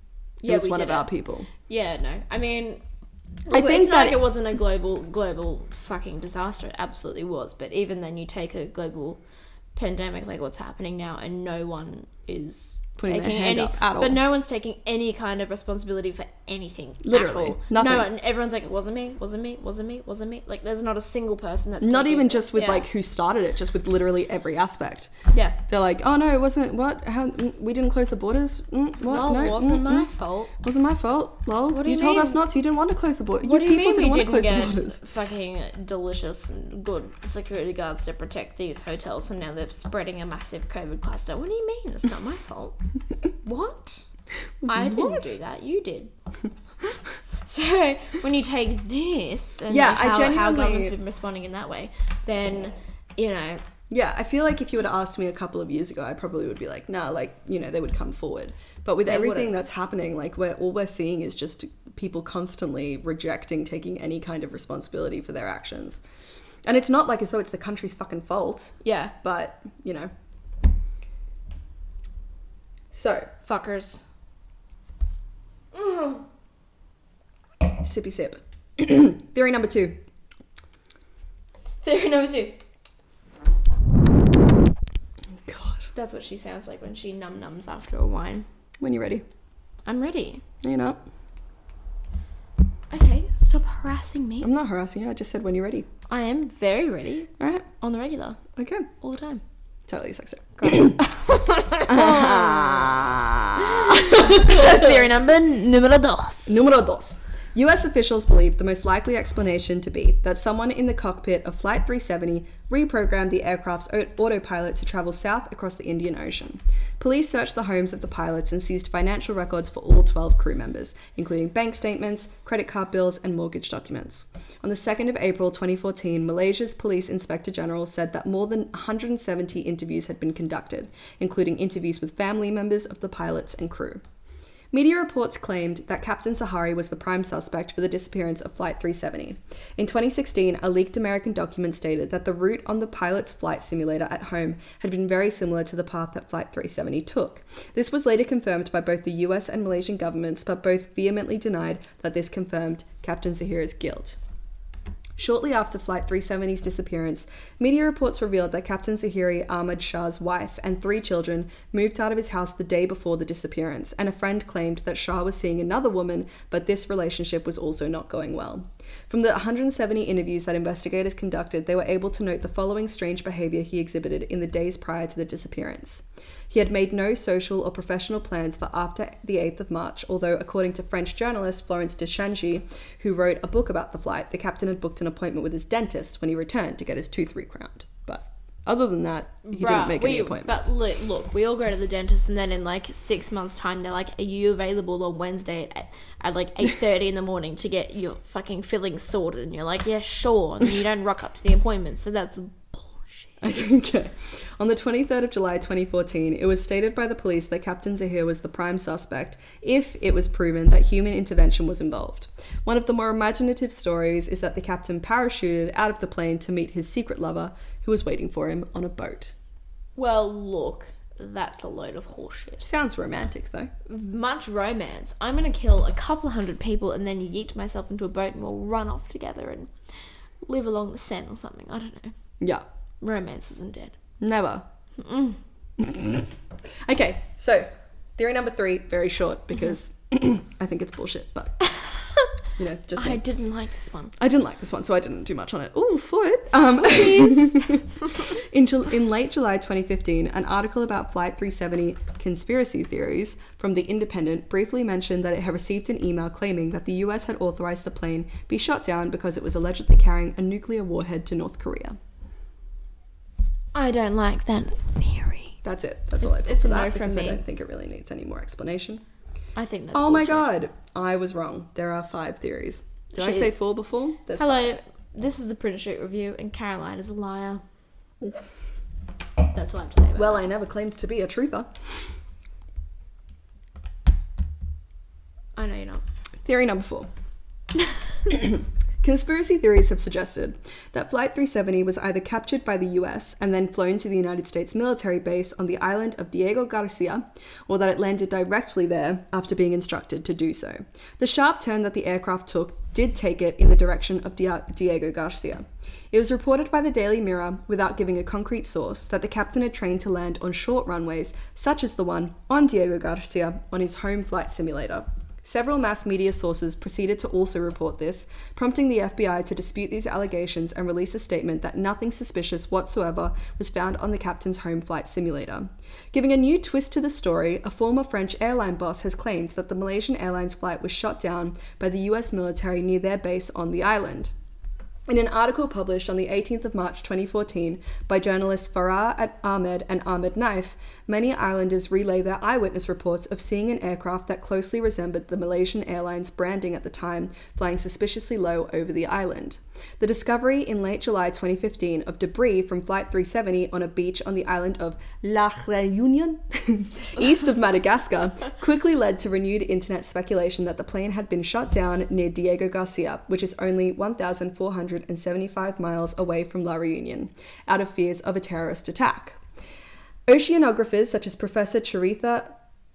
[SPEAKER 2] Yeah,
[SPEAKER 1] was
[SPEAKER 2] we
[SPEAKER 1] one of
[SPEAKER 2] did it.
[SPEAKER 1] our people.
[SPEAKER 2] Yeah, no. I mean,
[SPEAKER 1] I
[SPEAKER 2] I
[SPEAKER 1] think
[SPEAKER 2] think it's not
[SPEAKER 1] that
[SPEAKER 2] like
[SPEAKER 1] it-
[SPEAKER 2] it wasn't a global global fucking disaster. It absolutely was. But even then, you take a global pandemic like what's happening now, and no one is
[SPEAKER 1] Putting their
[SPEAKER 2] taking
[SPEAKER 1] hand
[SPEAKER 2] any.
[SPEAKER 1] up at all.
[SPEAKER 2] But no one's taking any kind of responsibility for anything.
[SPEAKER 1] Literally,
[SPEAKER 2] at all.
[SPEAKER 1] nothing.
[SPEAKER 2] No one. Everyone's like, it wasn't me. Wasn't me. Wasn't me. Wasn't me. Like, there's not a single person that's
[SPEAKER 1] Not
[SPEAKER 2] taking-
[SPEAKER 1] even just with
[SPEAKER 2] Yeah.
[SPEAKER 1] like who started it, just with literally every aspect.
[SPEAKER 2] yeah.
[SPEAKER 1] They're like, oh no, it wasn't. What? How? mm, We didn't close the borders. Mm, what?
[SPEAKER 2] Well,
[SPEAKER 1] no, mm,
[SPEAKER 2] wasn't my
[SPEAKER 1] mm,
[SPEAKER 2] fault.
[SPEAKER 1] Wasn't my fault. Lol.
[SPEAKER 2] What do
[SPEAKER 1] you,
[SPEAKER 2] you
[SPEAKER 1] told
[SPEAKER 2] mean?
[SPEAKER 1] us not to. You didn't want to close the border.
[SPEAKER 2] What do
[SPEAKER 1] you
[SPEAKER 2] you
[SPEAKER 1] people
[SPEAKER 2] mean we
[SPEAKER 1] want to close
[SPEAKER 2] didn't get
[SPEAKER 1] the borders.
[SPEAKER 2] fucking delicious and good security guards to protect these hotels and now they're spreading a massive COVID cluster? What do you mean? It's not my fault. what? I didn't
[SPEAKER 1] What?
[SPEAKER 2] do that. You did. so when you take this and
[SPEAKER 1] Yeah,
[SPEAKER 2] like
[SPEAKER 1] I
[SPEAKER 2] how, how
[SPEAKER 1] genuinely-
[SPEAKER 2] governments been responding in that way, then you know
[SPEAKER 1] Yeah, I feel like if you would have asked me a couple of years ago, I probably would be like, nah, like, you know, they would come forward. But with
[SPEAKER 2] They
[SPEAKER 1] everything
[SPEAKER 2] wouldn't.
[SPEAKER 1] that's happening, like, we're, all we're seeing is just people constantly rejecting taking any kind of responsibility for their actions. And it's not like as though it's the country's fucking fault,
[SPEAKER 2] Yeah.
[SPEAKER 1] but, you know. So,
[SPEAKER 2] Fuckers.
[SPEAKER 1] sippy sip. Theory number two.
[SPEAKER 2] Theory number two.
[SPEAKER 1] God.
[SPEAKER 2] That's what she sounds like when she num nums after a wine.
[SPEAKER 1] When you're ready.
[SPEAKER 2] I'm ready.
[SPEAKER 1] You're not.
[SPEAKER 2] Okay, stop harassing me.
[SPEAKER 1] I'm not harassing you. I just said when you're ready.
[SPEAKER 2] I am very ready
[SPEAKER 1] All right.
[SPEAKER 2] on the regular
[SPEAKER 1] Okay.
[SPEAKER 2] all the time.
[SPEAKER 1] Totally sucks it. Ah.
[SPEAKER 2] Theory number numero dos.
[SPEAKER 1] Numero dos. US officials believe the most likely explanation to be that someone in the cockpit of Flight 370 reprogrammed the aircraft's au- autopilot to travel south across the Indian Ocean. Police searched the homes of the pilots and seized financial records for all 12 crew members, including bank statements, credit card bills, and mortgage documents. On the 2nd of April 2014, Malaysia's Police Inspector General said that more than 170 interviews had been conducted, including interviews with family members of the pilots and crew. Media reports claimed that Captain Sahari was the prime suspect for the disappearance of Flight 370. In 2016, a leaked American document stated that the route on the pilot's flight simulator at home had been very similar to the path that Flight 370 took. This was later confirmed by both the US and Malaysian governments, but both vehemently denied that this confirmed Captain Sahira's guilt. Shortly after Flight 370's disappearance, media reports revealed that Captain Sahiri Ahmad Shah's wife and three children moved out of his house the day before the disappearance, and a friend claimed that Shah was seeing another woman, but this relationship was also not going well. From the 170 interviews that investigators conducted, they were able to note the following strange behavior he exhibited in the days prior to the disappearance. He had made no social or professional plans for after the 8th of March, although, according to French journalist Florence Deschangi, who wrote a book about the flight, the captain had booked an appointment with his dentist when he returned to get his tooth recrowned. But other than that, he didn't make any appointment.
[SPEAKER 2] But look, look, we all go to the dentist, and then in like six months' time, they're like, "Are you available on Wednesday at, at like eight thirty in the morning to get your fucking fillings sorted?" And you're like, "Yeah, sure." And then you don't rock up to the appointment, so that's bullshit.
[SPEAKER 1] okay. On the 23rd of July 2014, it was stated by the police that Captain Zahir was the prime suspect if it was proven that human intervention was involved. One of the more imaginative stories is that the captain parachuted out of the plane to meet his secret lover, who was waiting for him on a boat.
[SPEAKER 2] Well, look, that's a load of horseshit.
[SPEAKER 1] Sounds romantic, though.
[SPEAKER 2] Much romance. I'm gonna kill a couple hundred people and then yeet myself into a boat, and we'll run off together and live along the Seine or something. I don't know.
[SPEAKER 1] Yeah,
[SPEAKER 2] Romance isn't dead.
[SPEAKER 1] never. okay, so theory number three, very short because I think it's bullshit, but you know, just me.
[SPEAKER 2] I didn't like this one.
[SPEAKER 1] I didn't like this one, so I didn't do much on it. Ooh, foot. Um, in, Jul- in late July 2015, an article about Flight 370 conspiracy theories from The Independent briefly mentioned that it had received an email claiming that the US had authorized the plane be shot down because it was allegedly carrying a nuclear warhead to North Korea.
[SPEAKER 2] I don't like that theory.
[SPEAKER 1] That's it. That's all I
[SPEAKER 2] It's-
[SPEAKER 1] put
[SPEAKER 2] it's
[SPEAKER 1] for
[SPEAKER 2] a no
[SPEAKER 1] that
[SPEAKER 2] from
[SPEAKER 1] because I
[SPEAKER 2] me.
[SPEAKER 1] don't think it really needs any more explanation.
[SPEAKER 2] I think that's.
[SPEAKER 1] oh
[SPEAKER 2] bullshit.
[SPEAKER 1] my god, I was wrong. There are five theories. Did I
[SPEAKER 2] Shit.
[SPEAKER 1] say four before? There's
[SPEAKER 2] Hello, this is the Print Street Review, and Caroline is a liar. That's all I have to say. About
[SPEAKER 1] Well,
[SPEAKER 2] it.
[SPEAKER 1] I never claimed to be a truther.
[SPEAKER 2] I know you're not.
[SPEAKER 1] Theory number four. Conspiracy theories have suggested that Flight 370 was either captured by the US and then flown to the United States military base on the island of Diego Garcia, or that it landed directly there after being instructed to do so. The sharp turn that the aircraft took did take it in the direction of Dia- Diego Garcia. It was reported by the Daily Mirror, without giving a concrete source, that the captain had trained to land on short runways, such as the one on Diego Garcia, on his home flight simulator. Several mass media sources proceeded to also report this, prompting the FBI to dispute these allegations and release a statement that nothing suspicious whatsoever was found on the captain's home flight simulator. Giving a new twist to the story, a former French airline boss has claimed that the Malaysian Airlines flight was shot down by the US military near their base on the island. In an article published on the 18th of March 2014 by journalists Farah at Ahmed and Ahmed Naif, many islanders relay their eyewitness reports of seeing an aircraft that closely resembled the Malaysian Airlines branding at the time flying suspiciously low over the island. The discovery in late July 2015 of debris from Flight 370 on a beach on the island of La Réunion, east of Madagascar, quickly led to renewed internet speculation that the plane had been shot down near Diego Garcia, which is only 1,475 miles away from La Reunion, out of fears of a terrorist attack. Oceanographers such as Professor Charitha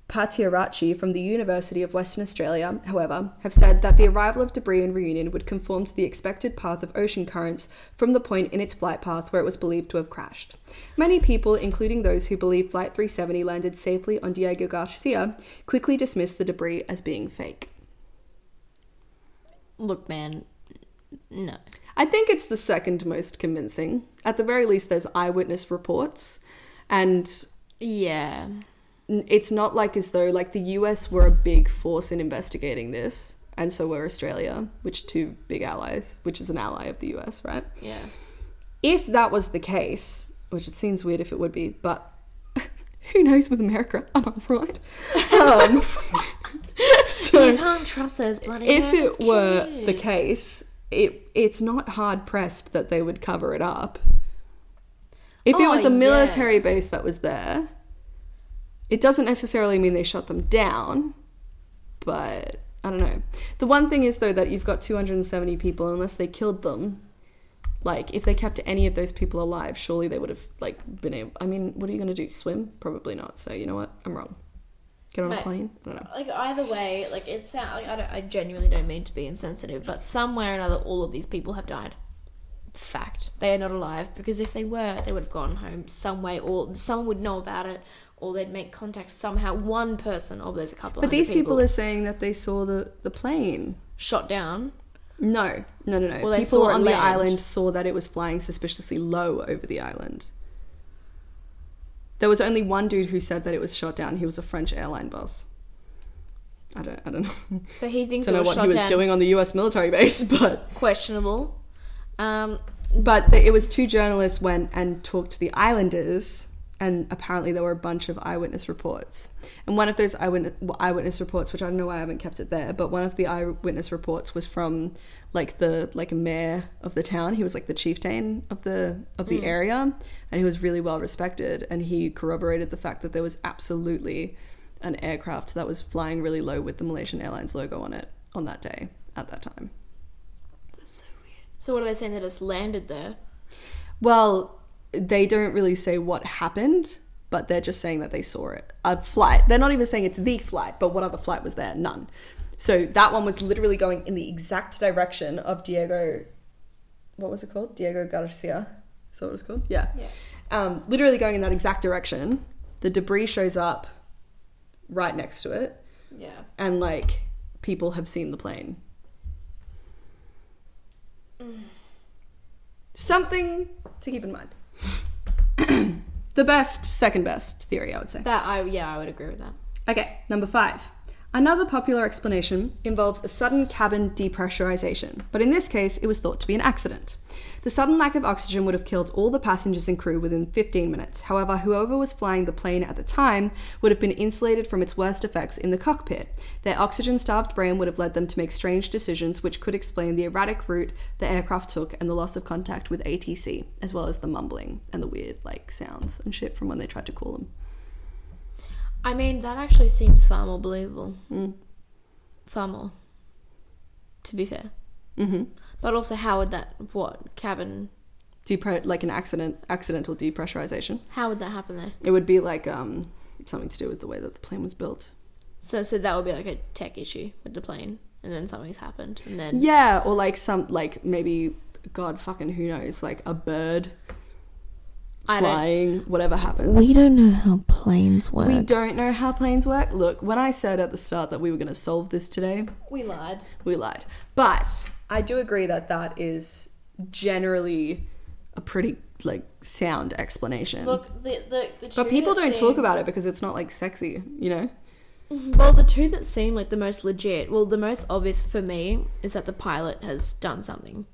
[SPEAKER 1] Patiarachi from the University of Western Australia, however, have said that the arrival of debris in Reunion would conform to the expected path of ocean currents from the point in its flight path where it was believed to have crashed. Many people, including those who believe Flight 370 landed safely on Diego Garcia, quickly dismissed the debris as being fake.
[SPEAKER 2] Look, man, no.
[SPEAKER 1] I think it's the second most convincing. At the very least, there's eyewitness reports, and
[SPEAKER 2] Yeah.
[SPEAKER 1] n- it's not like as though like the US were a big force in investigating this, and so were Australia, which are two big allies, which is an ally of the US, right?
[SPEAKER 2] Yeah.
[SPEAKER 1] If that was the case, which it seems weird if it would be, but who knows with America? Am I right? Um, so
[SPEAKER 2] you can't trust those bloody
[SPEAKER 1] if
[SPEAKER 2] Americans,
[SPEAKER 1] it
[SPEAKER 2] can
[SPEAKER 1] were
[SPEAKER 2] you?
[SPEAKER 1] the case, it it's not hard pressed that they would cover it up. If it
[SPEAKER 2] Oh,
[SPEAKER 1] was a
[SPEAKER 2] yeah.
[SPEAKER 1] military base that was there, it doesn't necessarily mean they shut them down, but I don't know. The one thing is though that you've got 270 people unless they killed them. Like if they kept any of those people alive, surely they would have like been able I mean, what are you going to do? Swim? Probably not. So, you know what? I'm wrong. Get on a
[SPEAKER 2] Mate.
[SPEAKER 1] plane? I don't know.
[SPEAKER 2] Like either way, like it sounds. Like, I, don't, I genuinely don't mean to be insensitive, but somewhere or another, all of these people have died. Fact, they are not alive because if they were, they would have gone home some way, or someone would know about it, or they'd make contact somehow. One person of those couple.
[SPEAKER 1] But
[SPEAKER 2] hundred
[SPEAKER 1] these people are saying that they saw the, the plane.
[SPEAKER 2] shot down.
[SPEAKER 1] No, no, no, no.
[SPEAKER 2] they
[SPEAKER 1] people
[SPEAKER 2] saw it
[SPEAKER 1] on the
[SPEAKER 2] land.
[SPEAKER 1] island saw that it was flying suspiciously low over the island. There was only one dude who said that it was shot down. He was a French airline boss. I don't, I don't know.
[SPEAKER 2] So he thinks
[SPEAKER 1] don't
[SPEAKER 2] it
[SPEAKER 1] know
[SPEAKER 2] was
[SPEAKER 1] what
[SPEAKER 2] shot
[SPEAKER 1] he was
[SPEAKER 2] down.
[SPEAKER 1] doing on the U.S. military base, but
[SPEAKER 2] Questionable. Um,
[SPEAKER 1] but th- it was two journalists went and talked to the islanders and apparently there were a bunch of eyewitness reports and one of those eyewitness, eyewitness reports which i don't know why i haven't kept it there but one of the eyewitness reports was from like the like a mayor of the town he was like the chieftain of the of the area and he was really well respected and he corroborated the fact that there was absolutely an aircraft that was flying really low with the malaysian airlines logo on it on that day at that time
[SPEAKER 2] so what are they saying that it's landed there?
[SPEAKER 1] Well, they don't really say what happened, but they're just saying that they saw it. A flight. They're not even saying it's the flight, but what other flight was there? None. So that one was literally going in the exact direction of Diego. What was it called? Diego Garcia. Is that what it's called? Yeah.
[SPEAKER 2] Yeah.
[SPEAKER 1] Um, literally going in that exact direction. The debris shows up right next to it,
[SPEAKER 2] Yeah.
[SPEAKER 1] and like people have seen the plane. Something to keep in mind. the best, second best theory, I would say.
[SPEAKER 2] That I yeah I would agree with that.
[SPEAKER 1] Okay, number five. Another popular explanation involves a sudden cabin depressurization, but in this case, it was thought to be an accident. The sudden lack of oxygen would have killed all the passengers and crew within 15 minutes. However, whoever was flying the plane at the time would have been insulated from its worst effects in the cockpit. Their oxygen starved brain would have led them to make strange decisions, which could explain the erratic route the aircraft took and the loss of contact with ATC, as well as the mumbling and the weird, like, sounds and shit from when they tried to call them.
[SPEAKER 2] I mean, that actually seems far more believable. Far more. To be fair.
[SPEAKER 1] Mm-hmm.
[SPEAKER 2] But also, how would that, what, cabin,
[SPEAKER 1] depre- like an accident accidental depressurization.
[SPEAKER 2] how would that happen there?
[SPEAKER 1] It would be like um something to do with the way that the plane was built.
[SPEAKER 2] So, so that would be like a tech issue with the plane, and then something's happened, and then.
[SPEAKER 1] Yeah, or like some like maybe god fucking who knows, like a bird
[SPEAKER 2] I don't-
[SPEAKER 1] flying, whatever happens.
[SPEAKER 2] don't know how planes work.
[SPEAKER 1] We
[SPEAKER 2] We,
[SPEAKER 1] don't know how planes work. Look, when I said at the start that we were going to solve this today,
[SPEAKER 2] lied.
[SPEAKER 1] we lied. But I do agree that that is generally a pretty like sound explanation.
[SPEAKER 2] Look, the, the, the two
[SPEAKER 1] but people
[SPEAKER 2] that
[SPEAKER 1] don't
[SPEAKER 2] seem-
[SPEAKER 1] talk about it because it's not like sexy, you know?
[SPEAKER 2] Well, the two that seem like the most legit, well, the most obvious for me is that the pilot has done something.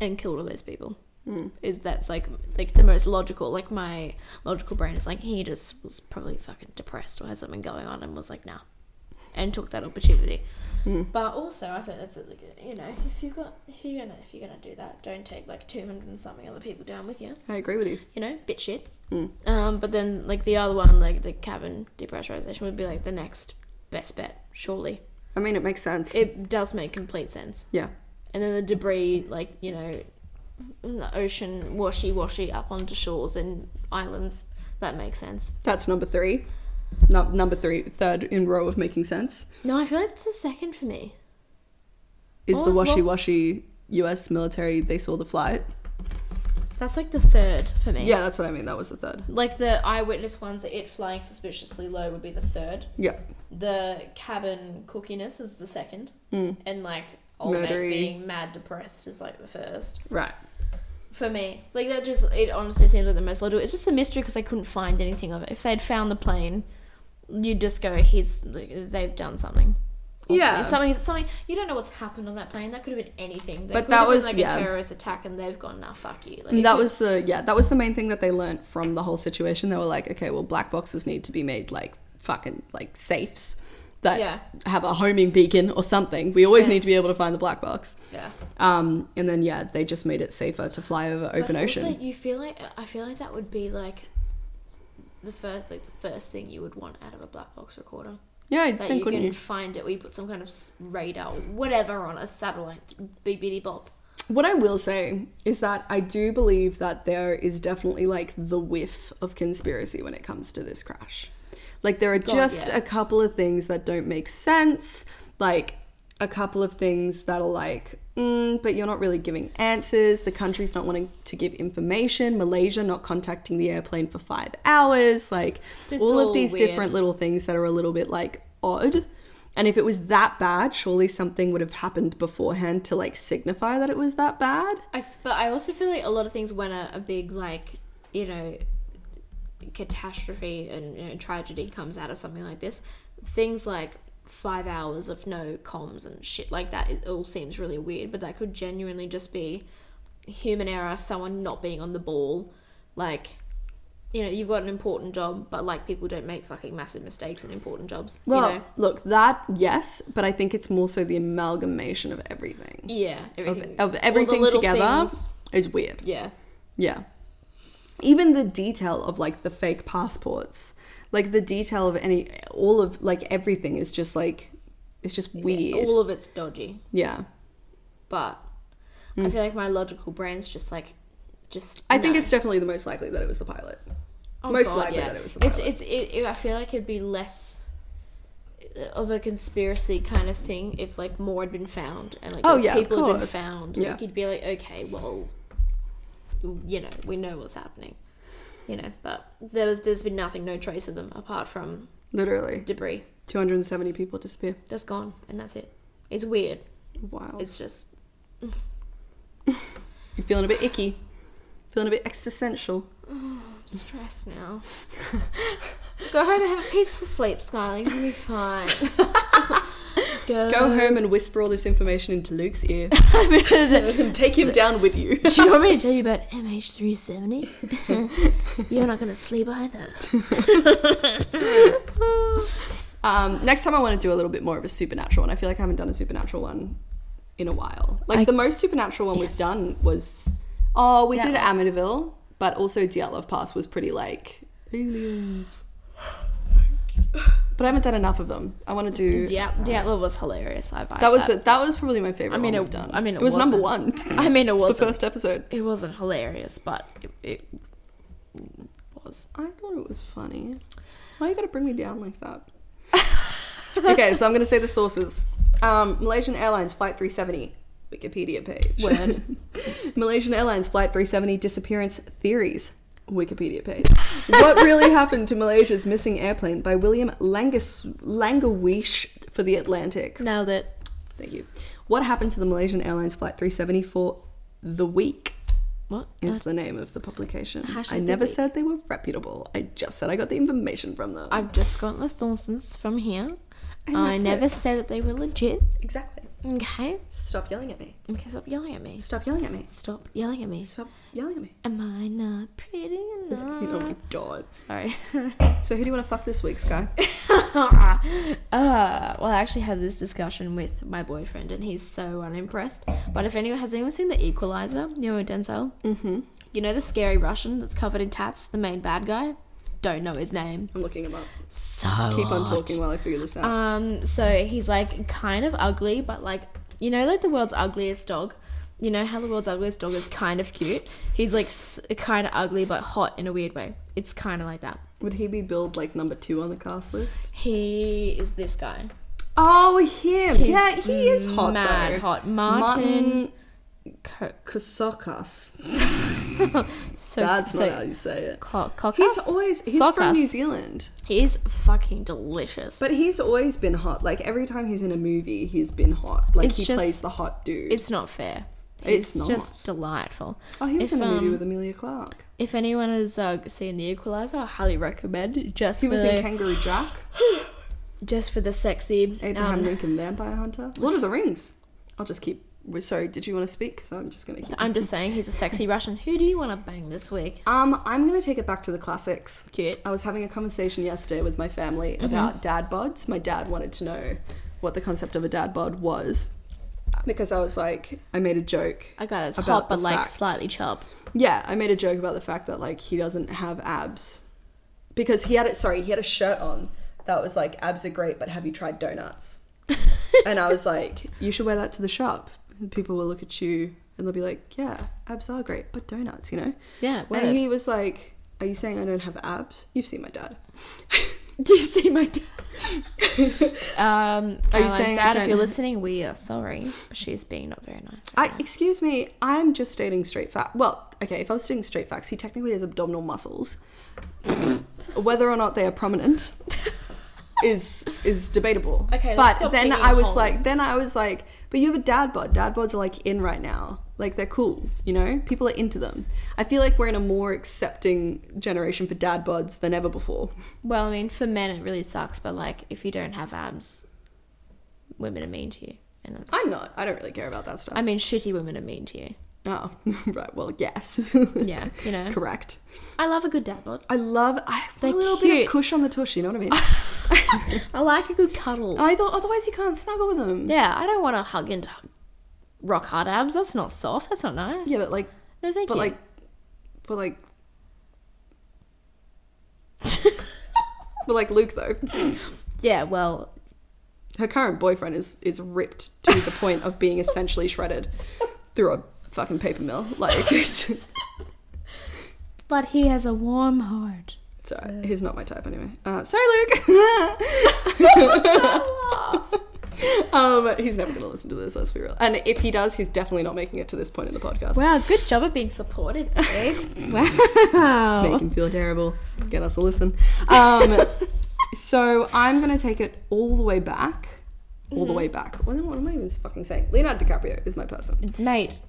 [SPEAKER 2] and killed all those people. Is that's like like the most logical? Like my logical brain is like he just was probably fucking depressed or had something going on and was like nah, and took that opportunity. But also, I think that's a, you know if you got if you're gonna if you're gonna do that, don't take like two hundred and something other people down with you
[SPEAKER 1] I agree with you.
[SPEAKER 2] you know, bit shit. Um, but then like the other one, like the cabin depressurization, would be like the next best bet, surely.
[SPEAKER 1] I mean, it makes sense.
[SPEAKER 2] It does make complete sense.
[SPEAKER 1] yeah.
[SPEAKER 2] And then the debris, like you know, in the ocean washy washy up onto shores and islands. That makes sense.
[SPEAKER 1] That's number three. No, number three, third in row of making sense
[SPEAKER 2] No, I feel like that's the second for me.
[SPEAKER 1] is
[SPEAKER 2] What
[SPEAKER 1] the
[SPEAKER 2] was what-
[SPEAKER 1] washy washy U.S. military. They saw the flight.
[SPEAKER 2] That's like the third for me.
[SPEAKER 1] Yeah, that's what I mean. That was the third.
[SPEAKER 2] Like the eyewitness ones, it flying suspiciously low would be the third.
[SPEAKER 1] Yeah,
[SPEAKER 2] The cabin cookiness is the second, mm. and like old man
[SPEAKER 1] Murdery.
[SPEAKER 2] being mad depressed is like the first.
[SPEAKER 1] right.
[SPEAKER 2] For me, like that just it honestly seems like the most logical. It's just a mystery because I couldn't find anything of it. If they'd found the plane, you'd just go, "He's like, they've done something."
[SPEAKER 1] Yeah.
[SPEAKER 2] something, something. You don't know what's happened on that plane. That could have been anything. They
[SPEAKER 1] But
[SPEAKER 2] could
[SPEAKER 1] that
[SPEAKER 2] have been,
[SPEAKER 1] was-
[SPEAKER 2] like
[SPEAKER 1] yeah.
[SPEAKER 2] a terrorist attack, and they've gone, "Nah, fuck you." Like,
[SPEAKER 1] And
[SPEAKER 2] it
[SPEAKER 1] that
[SPEAKER 2] could-
[SPEAKER 1] was the yeah. That was the main thing that they learnt from the whole situation. They were like, okay, well, black boxes need to be made like fucking like safes that
[SPEAKER 2] Yeah.
[SPEAKER 1] have a homing beacon or something. We always
[SPEAKER 2] Yeah.
[SPEAKER 1] need to be able to find the black box.
[SPEAKER 2] yeah.
[SPEAKER 1] Um, and then yeah, they just made it safer to fly over open
[SPEAKER 2] But
[SPEAKER 1] ocean.
[SPEAKER 2] Also, you feel like I feel like that would be like the first, like the first thing you would want out of a black box recorder.
[SPEAKER 1] yeah, I
[SPEAKER 2] That
[SPEAKER 1] think
[SPEAKER 2] you
[SPEAKER 1] wouldn't
[SPEAKER 2] can
[SPEAKER 1] you?
[SPEAKER 2] find it where you put some kind of s- radar, whatever, on a satellite, big bitty bob.
[SPEAKER 1] What I will say is that I do believe that there is definitely like the whiff of conspiracy when it comes to this crash. Like there are just
[SPEAKER 2] yeah.
[SPEAKER 1] a couple of things that don't make sense, like a couple of things that are like, mm, but you're not really giving answers. The country's not wanting to give information. Malaysia not contacting the airplane for five hours. Like
[SPEAKER 2] It's
[SPEAKER 1] all of
[SPEAKER 2] all
[SPEAKER 1] these
[SPEAKER 2] weird.
[SPEAKER 1] different little things that are a little bit like odd. And if it was that bad, surely something would have happened beforehand to like signify that it was that bad.
[SPEAKER 2] I f- but I also feel like a lot of things when a, a big like you know catastrophe and you know, tragedy comes out of something like this, things like five hours of no comms and shit like that, it all seems really weird. But that could genuinely just be human error, someone not being on the ball, like. You know, you've got an important job, but like people don't make fucking massive mistakes in important jobs.
[SPEAKER 1] Well,
[SPEAKER 2] you know?
[SPEAKER 1] look, that yes, but I think it's more so the amalgamation of everything.
[SPEAKER 2] yeah,
[SPEAKER 1] Of,
[SPEAKER 2] everything, All
[SPEAKER 1] of
[SPEAKER 2] the
[SPEAKER 1] everything
[SPEAKER 2] little
[SPEAKER 1] together
[SPEAKER 2] things.
[SPEAKER 1] is weird.
[SPEAKER 2] Yeah,
[SPEAKER 1] Yeah. Even the detail of like the fake passports, like the detail of any, all of like everything is just like, it's just weird.
[SPEAKER 2] all of it's dodgy.
[SPEAKER 1] Yeah.
[SPEAKER 2] but I feel like my logical brain's just like, just.
[SPEAKER 1] Hmm. I think
[SPEAKER 2] no.
[SPEAKER 1] it's definitely the most likely that it was the pilot.
[SPEAKER 2] Oh
[SPEAKER 1] most
[SPEAKER 2] God,
[SPEAKER 1] likely
[SPEAKER 2] yeah.
[SPEAKER 1] that it was the
[SPEAKER 2] It's
[SPEAKER 1] pilot.
[SPEAKER 2] it's. It, it, I feel like it'd be less of a conspiracy kind of thing if like more had been found and like
[SPEAKER 1] Oh,
[SPEAKER 2] those
[SPEAKER 1] yeah, of
[SPEAKER 2] people had been
[SPEAKER 1] course.
[SPEAKER 2] found.
[SPEAKER 1] Yeah.
[SPEAKER 2] Like, you'd be like, okay, well, you know, we know what's happening. You know, but there was there's been nothing, no trace of them apart from
[SPEAKER 1] Literally.
[SPEAKER 2] debris.
[SPEAKER 1] 270 people disappear.
[SPEAKER 2] That's gone, and that's it. It's weird.
[SPEAKER 1] Wild.
[SPEAKER 2] It's just
[SPEAKER 1] You're feeling a bit icky. Feeling a bit existential.
[SPEAKER 2] I'm stressed now. Go home and have a peaceful sleep, Skyling. You'll be fine. Go,
[SPEAKER 1] Go home and whisper all this information into Luke's ear.
[SPEAKER 2] I'm gonna do-
[SPEAKER 1] and take him down with you.
[SPEAKER 2] Do you want me to tell you about MH370? You're not gonna sleep either.
[SPEAKER 1] Um, next time I want to do a little bit more of a supernatural one. I feel like I haven't done a supernatural one in a while. Like
[SPEAKER 2] I-
[SPEAKER 1] the most supernatural one
[SPEAKER 2] Yes.
[SPEAKER 1] we've done was oh we did
[SPEAKER 2] Dyatlov.
[SPEAKER 1] Amityville, but also Dyatlov Pass was pretty like aliens. But I haven't done enough of them. I want to do
[SPEAKER 2] Dyat- Dyatlov was hilarious. I buy
[SPEAKER 1] that was
[SPEAKER 2] that.
[SPEAKER 1] a, that was probably my favorite.
[SPEAKER 2] I
[SPEAKER 1] I mean,
[SPEAKER 2] mean, it-
[SPEAKER 1] one we've done.
[SPEAKER 2] I mean, it
[SPEAKER 1] it was number one.
[SPEAKER 2] wasn't- I mean, it
[SPEAKER 1] It's
[SPEAKER 2] wasn't.
[SPEAKER 1] the first episode.
[SPEAKER 2] It wasn't hilarious, but it, it was.
[SPEAKER 1] I thought it was funny. Why you gotta bring me down like that? okay, so I'm gonna say the sources. Um, Malaysian Airlines Flight 370, Wikipedia page.
[SPEAKER 2] Word.
[SPEAKER 1] Malaysian Airlines Flight 370 disappearance theories, Wikipedia page. what really happened to Malaysia's missing airplane by William Langus Langawish for the Atlantic.
[SPEAKER 2] Nailed it.
[SPEAKER 1] Thank you. What happened to the Malaysian Airlines Flight 370 for the week?
[SPEAKER 2] What?
[SPEAKER 1] Is the name of the publication.
[SPEAKER 2] Hashtag
[SPEAKER 1] I
[SPEAKER 2] the
[SPEAKER 1] never
[SPEAKER 2] week.
[SPEAKER 1] said they were reputable. I just said I got the information from them.
[SPEAKER 2] I've just got the sources from here.
[SPEAKER 1] And
[SPEAKER 2] I
[SPEAKER 1] that's
[SPEAKER 2] never said that they were legit.
[SPEAKER 1] exactly.
[SPEAKER 2] Okay.
[SPEAKER 1] Stop yelling at me.
[SPEAKER 2] Okay, stop yelling at me.
[SPEAKER 1] Stop yelling at me.
[SPEAKER 2] Stop yelling at me.
[SPEAKER 1] Stop yelling at me.
[SPEAKER 2] Am I not pretty
[SPEAKER 1] Oh
[SPEAKER 2] enough?
[SPEAKER 1] my god.
[SPEAKER 2] Sorry.
[SPEAKER 1] So who do you want to fuck this week, Sky?
[SPEAKER 2] uh, well, I actually had this discussion with my boyfriend, and he's so unimpressed. But if anyone has anyone seen The Equalizer, you know Denzel,
[SPEAKER 1] mm-hmm.
[SPEAKER 2] you know the scary Russian that's covered in tats, the main bad guy. Don't know his name.
[SPEAKER 1] I'm looking him up.
[SPEAKER 2] So
[SPEAKER 1] Keep on
[SPEAKER 2] hot.
[SPEAKER 1] talking while I figure this out.
[SPEAKER 2] Um, so he's like kind of ugly, but like you know, like the world's ugliest dog. You know how the world's ugliest dog is kind of cute. He's like s- kind of ugly but hot in a weird way. It's kind of like that.
[SPEAKER 1] Would he be billed like number two on the cast list?
[SPEAKER 2] He is this guy.
[SPEAKER 1] Oh, him.
[SPEAKER 2] He's
[SPEAKER 1] yeah, he is hot
[SPEAKER 2] mad
[SPEAKER 1] though.
[SPEAKER 2] hot. Martin. Co-
[SPEAKER 1] Kosakas.
[SPEAKER 2] so
[SPEAKER 1] That's
[SPEAKER 2] so
[SPEAKER 1] not how you say it.
[SPEAKER 2] co- cockus?
[SPEAKER 1] He's always he's from
[SPEAKER 2] Sockus.
[SPEAKER 1] New Zealand,
[SPEAKER 2] He's fucking delicious.
[SPEAKER 1] but he's always been hot. Like every time he's in a movie, he's been hot. Like
[SPEAKER 2] It's
[SPEAKER 1] he
[SPEAKER 2] just-
[SPEAKER 1] plays the hot dude.
[SPEAKER 2] it's not fair.
[SPEAKER 1] It's
[SPEAKER 2] It's,
[SPEAKER 1] not.
[SPEAKER 2] just delightful.
[SPEAKER 1] oh, he was
[SPEAKER 2] if,
[SPEAKER 1] in a movie
[SPEAKER 2] um,
[SPEAKER 1] with Amelia Clark.
[SPEAKER 2] If anyone has uh, seen The Equalizer, I highly recommend. Just
[SPEAKER 1] He was
[SPEAKER 2] for the,
[SPEAKER 1] in Kangaroo Jack,
[SPEAKER 2] just for the sexy.
[SPEAKER 1] Abraham
[SPEAKER 2] Um,
[SPEAKER 1] Lincoln Vampire Hunter, Lord of the Rings. I'll just keep. we're- Sorry, did you want to speak? So I'm just gonna keep.
[SPEAKER 2] I'm just saying, he's a sexy Russian. Who do you want to bang this week?
[SPEAKER 1] Um, I'm gonna take it back to the classics.
[SPEAKER 2] Cute.
[SPEAKER 1] I was having a conversation yesterday with my family
[SPEAKER 2] Mm-hmm.
[SPEAKER 1] about dad bods. My dad wanted to know what the concept of a dad bod was because I was like, I made a joke.
[SPEAKER 2] A guy that's
[SPEAKER 1] About
[SPEAKER 2] hot but
[SPEAKER 1] the
[SPEAKER 2] like
[SPEAKER 1] facts.
[SPEAKER 2] slightly chub.
[SPEAKER 1] Yeah, I made a joke about the fact that like he doesn't have abs because he had it. Sorry, he had a shirt on that was like abs are great, but have you tried donuts? and I was like, you should wear that to the shop. And people will look at you and they'll be like, yeah, abs are great, but donuts, you know.
[SPEAKER 2] Yeah,
[SPEAKER 1] And
[SPEAKER 2] word.
[SPEAKER 1] he was like, are you saying I don't have abs? You've seen my dad.
[SPEAKER 2] Do you see my dad? um,
[SPEAKER 1] Are you
[SPEAKER 2] Caroline's
[SPEAKER 1] saying I
[SPEAKER 2] dad,
[SPEAKER 1] don't-
[SPEAKER 2] if you're listening, we are sorry, but she's being not very nice.
[SPEAKER 1] I excuse me, I'm just stating straight fact. Well, okay, if I was stating straight facts, he technically has abdominal muscles. Whether or not they are prominent is is debatable.
[SPEAKER 2] Okay, let's
[SPEAKER 1] but
[SPEAKER 2] stop
[SPEAKER 1] then
[SPEAKER 2] digging
[SPEAKER 1] I
[SPEAKER 2] a
[SPEAKER 1] was
[SPEAKER 2] hole.
[SPEAKER 1] like, then I was like, but you have a dad bod. Dad bods are like in right now. Like they're cool, you know. People are into them. I feel like we're in a more accepting generation for dad bods than ever before.
[SPEAKER 2] Well, I mean, for men it really sucks, but like if you don't have abs, women are mean to you, and that's.
[SPEAKER 1] I'm not. I don't really care about that stuff.
[SPEAKER 2] I mean, shitty women are mean to you.
[SPEAKER 1] oh, right. Well, yes.
[SPEAKER 2] Yeah, you know.
[SPEAKER 1] Correct.
[SPEAKER 2] I love a good dad bod.
[SPEAKER 1] I love. I a
[SPEAKER 2] They're
[SPEAKER 1] little bit
[SPEAKER 2] cute.
[SPEAKER 1] of cush on the tush. You know what I mean?
[SPEAKER 2] I like a good cuddle.
[SPEAKER 1] I thought otherwise you can't snuggle with them.
[SPEAKER 2] Yeah, I don't want to hug into h- rock hard abs. That's not soft. That's not nice.
[SPEAKER 1] Yeah, but like,
[SPEAKER 2] no, thank
[SPEAKER 1] but
[SPEAKER 2] you.
[SPEAKER 1] like, but like, but like Luke though,
[SPEAKER 2] yeah, well,
[SPEAKER 1] her current boyfriend is is ripped to the point of being essentially shredded through a fucking paper mill. Like, it's just,
[SPEAKER 2] but he has a warm heart.
[SPEAKER 1] it's alright. he's not my type anyway. Uh, sorry, Luke. um, he's never gonna listen to this. Let's be real. And if he does, he's definitely not making it to this point in the podcast.
[SPEAKER 2] Wow, good job at being supportive, babe. wow.
[SPEAKER 1] make him feel terrible. Get us a listen. Um, so I'm gonna take it all the way back, all the way back. What, what am I even fucking saying? Leonardo DiCaprio is my person.
[SPEAKER 2] Mate,